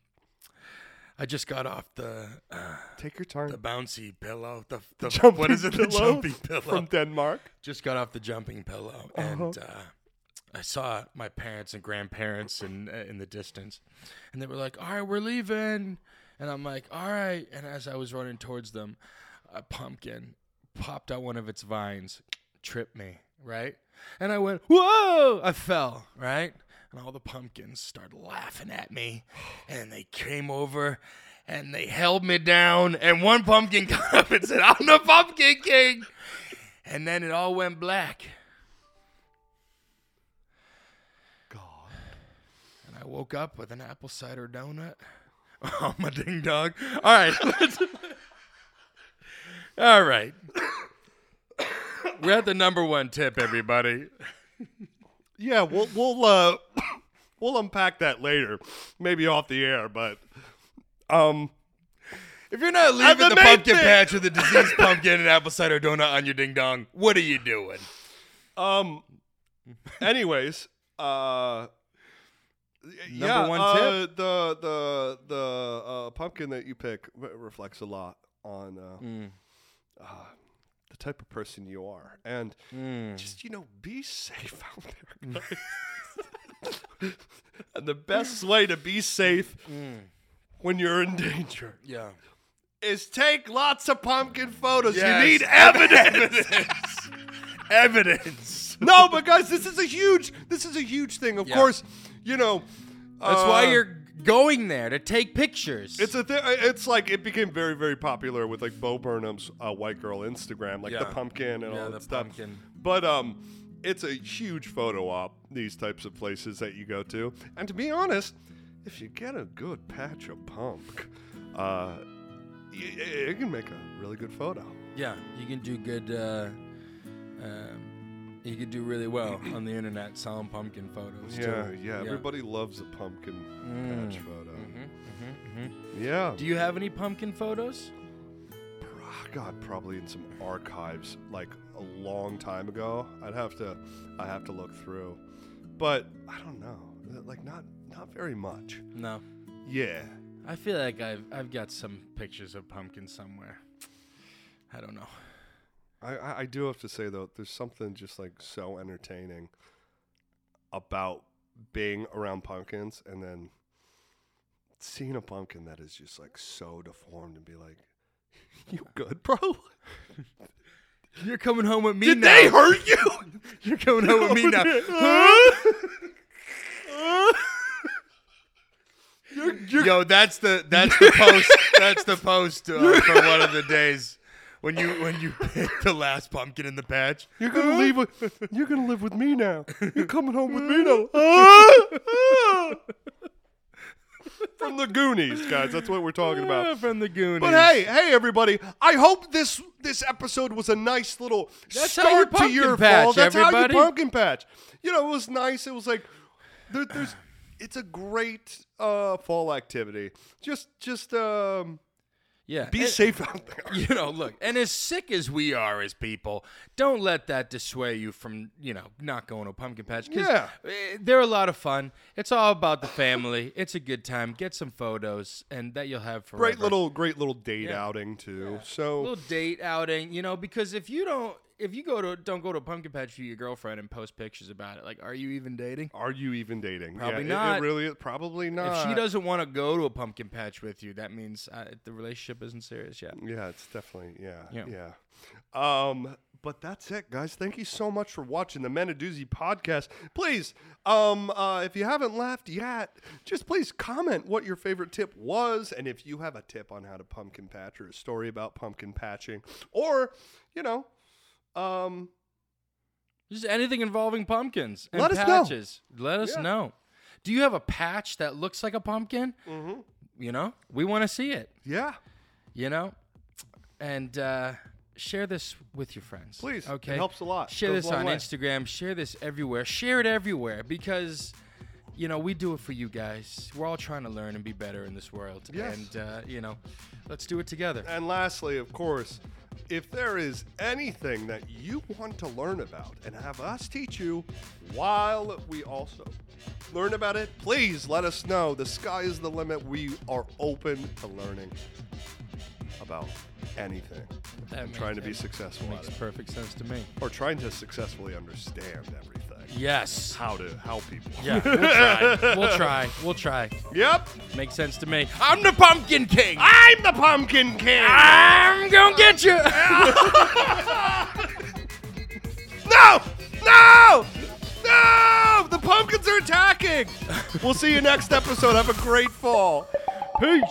[SPEAKER 2] I just got off the uh,
[SPEAKER 1] Take your time.
[SPEAKER 2] the bouncy pillow. The, the,
[SPEAKER 1] Jumping
[SPEAKER 2] what is it? The
[SPEAKER 1] pillow
[SPEAKER 2] jumping pillow
[SPEAKER 1] From Denmark.
[SPEAKER 2] just got off the jumping pillow and uh, I saw my parents and grandparents in uh, in the distance, and they were like, "All right, we're leaving." And
[SPEAKER 3] And I'm like, all right. And as I was running towards them, a pumpkin popped out one of its vines, tripped me, right? And I went, whoa! I fell, right? And all the pumpkins started laughing at me. And they came over and they held me down. And one pumpkin got up and said, I'm the pumpkin king. And then it all went black.
[SPEAKER 1] God.
[SPEAKER 3] And I woke up with an apple cider donut. Oh, my ding dog. All right. Let's... All right. We're at the number one tip, everybody.
[SPEAKER 1] Yeah, we'll we'll uh, we'll unpack that later, maybe off the air. But um,
[SPEAKER 3] If you're not leaving
[SPEAKER 1] the
[SPEAKER 3] the,
[SPEAKER 1] main
[SPEAKER 3] pumpkin
[SPEAKER 1] thing-
[SPEAKER 3] patch with a diseased pumpkin and apple cider donut on your ding dong, what are you doing?
[SPEAKER 1] um, anyways, uh, Number yeah,
[SPEAKER 3] one
[SPEAKER 1] uh, the the the uh, pumpkin that you pick re- reflects a lot on uh,
[SPEAKER 3] Mm.
[SPEAKER 1] uh, the type of person you are, and
[SPEAKER 3] Mm.
[SPEAKER 1] just you know, be safe out there. guys. and the best way to be safe
[SPEAKER 3] Mm.
[SPEAKER 1] when you're in danger
[SPEAKER 3] Yeah.
[SPEAKER 1] is take lots of pumpkin photos.
[SPEAKER 3] Yes.
[SPEAKER 1] You need evidence.
[SPEAKER 3] Evidence. Evidence.
[SPEAKER 1] no, but guys, this is a huge this is a huge thing. Of
[SPEAKER 3] Yeah.
[SPEAKER 1] course, you know.
[SPEAKER 2] That's why
[SPEAKER 1] uh,
[SPEAKER 2] you're going there to take pictures.
[SPEAKER 1] It's a thing. It's like it became very, very popular with like Bo Burnham's uh, white girl Instagram, like the
[SPEAKER 3] Yeah.
[SPEAKER 1] pumpkin and
[SPEAKER 3] Yeah,
[SPEAKER 1] all
[SPEAKER 3] the
[SPEAKER 1] that stuff.
[SPEAKER 3] pumpkin.
[SPEAKER 1] But um, it's a huge photo op. These types of places that you go to, and to be honest, if you get a good patch of punk, uh, y- y- it can make a really good photo.
[SPEAKER 3] Yeah, you can do good. Uh, um, you could do really well on the internet selling pumpkin photos. too.
[SPEAKER 1] Yeah, yeah, Everybody loves a pumpkin patch
[SPEAKER 3] Mm.
[SPEAKER 1] photo. Yeah.
[SPEAKER 3] Mm-hmm, Do you have any pumpkin photos?
[SPEAKER 1] Ah, God, probably in some archives like a long time ago. I'd have to, I have to look through, but I don't know. Like not, not very much.
[SPEAKER 3] No.
[SPEAKER 1] Yeah.
[SPEAKER 3] I feel like I've I've got some pictures of pumpkin somewhere. I don't know.
[SPEAKER 1] I, I, I do have to say though, there's something just like so entertaining about being around pumpkins and then seeing a pumpkin that is just like so deformed and be like, "You good, bro?
[SPEAKER 3] You're coming home with me
[SPEAKER 1] Did
[SPEAKER 3] now.
[SPEAKER 1] they hurt you?
[SPEAKER 3] You're coming home with me now. Yo, that's the that's the post that's the post uh, for one of the days when you when you pick the last pumpkin in the patch.
[SPEAKER 1] You're gonna leave. With, you're gonna live with me now. You're coming home with me now." From the Goonies, guys. That's what we're talking about.
[SPEAKER 3] from the Goonies.
[SPEAKER 1] But hey, hey, everybody! I hope this this episode was a nice little
[SPEAKER 2] That's how you
[SPEAKER 1] start to
[SPEAKER 2] pumpkin
[SPEAKER 1] your
[SPEAKER 2] patch,
[SPEAKER 1] fall. That's
[SPEAKER 2] everybody.
[SPEAKER 1] how you pumpkin patch. You know, it was nice. It was like there, there's. It's a great uh, fall activity. Just, just um, eh,
[SPEAKER 2] yeah.
[SPEAKER 1] be
[SPEAKER 2] And-
[SPEAKER 1] safe out there.
[SPEAKER 2] you know, look, and as sick as we are as people, don't let that dissuade you from, you know, not going to a pumpkin patch. 'cause,
[SPEAKER 1] Yeah.
[SPEAKER 2] eh, They're a lot of fun. It's all about the family. It's a good time. Get some photos, and that you'll have forever.
[SPEAKER 1] Great little, great little date outing too. So
[SPEAKER 2] little date outing, you know, because if you don't, if you go to, don't go to a pumpkin patch for your girlfriend and post pictures about it, like, are you even dating?
[SPEAKER 1] Are you even dating?
[SPEAKER 2] Probably
[SPEAKER 1] yeah, it- It,
[SPEAKER 2] not.
[SPEAKER 1] really, probably not.
[SPEAKER 2] If she doesn't want to go to a pumpkin patch with you, that means uh, the relationship isn't serious yet.
[SPEAKER 1] yeah, it's definitely yeah, yeah.
[SPEAKER 2] Yeah.
[SPEAKER 1] Um, but that's it, guys. Thank you so much for watching the Men of Doozy podcast. Please, um, uh, if you haven't left yet, just please comment what your favorite tip was, and if you have a tip on how to pumpkin patch or a story about pumpkin patching, or you know, um,
[SPEAKER 2] Just anything involving pumpkins and
[SPEAKER 1] Let us know.
[SPEAKER 2] patches. Let us
[SPEAKER 1] Yeah.
[SPEAKER 2] know. Do you have a patch that looks like a pumpkin? Mm-hmm. You know, we want to see it.
[SPEAKER 1] yeah,
[SPEAKER 2] You know, and uh, share this with your friends.
[SPEAKER 1] Please. It
[SPEAKER 2] okay,
[SPEAKER 1] helps a lot.
[SPEAKER 2] Share
[SPEAKER 1] Goes a
[SPEAKER 2] this
[SPEAKER 1] long
[SPEAKER 2] on
[SPEAKER 1] way.
[SPEAKER 2] Instagram. Share this everywhere. Share it everywhere because. You know, we do it for you guys. We're all trying to learn and be better in this world.
[SPEAKER 1] Yes.
[SPEAKER 2] And, uh, you know, let's do it together.
[SPEAKER 1] And lastly, of course, if there is anything that you want to learn about and have us teach you while we also learn about it, please let us know. The sky is the limit. We are open to learning about anything.
[SPEAKER 2] That
[SPEAKER 1] and trying to be
[SPEAKER 2] makes-
[SPEAKER 1] successful at
[SPEAKER 2] Makes
[SPEAKER 1] it.
[SPEAKER 2] perfect sense to me.
[SPEAKER 1] Or trying to successfully understand everything. back.
[SPEAKER 2] Yes.
[SPEAKER 1] How to how people.
[SPEAKER 2] Yeah, we'll try. We'll try. We'll try.
[SPEAKER 1] Yep.
[SPEAKER 2] Makes sense to me. I'm the Pumpkin King.
[SPEAKER 1] I'm the Pumpkin King.
[SPEAKER 2] I'm gonna get you.
[SPEAKER 1] No! No! No! The pumpkins are attacking. we'll see you next episode. Have a great fall. Peace.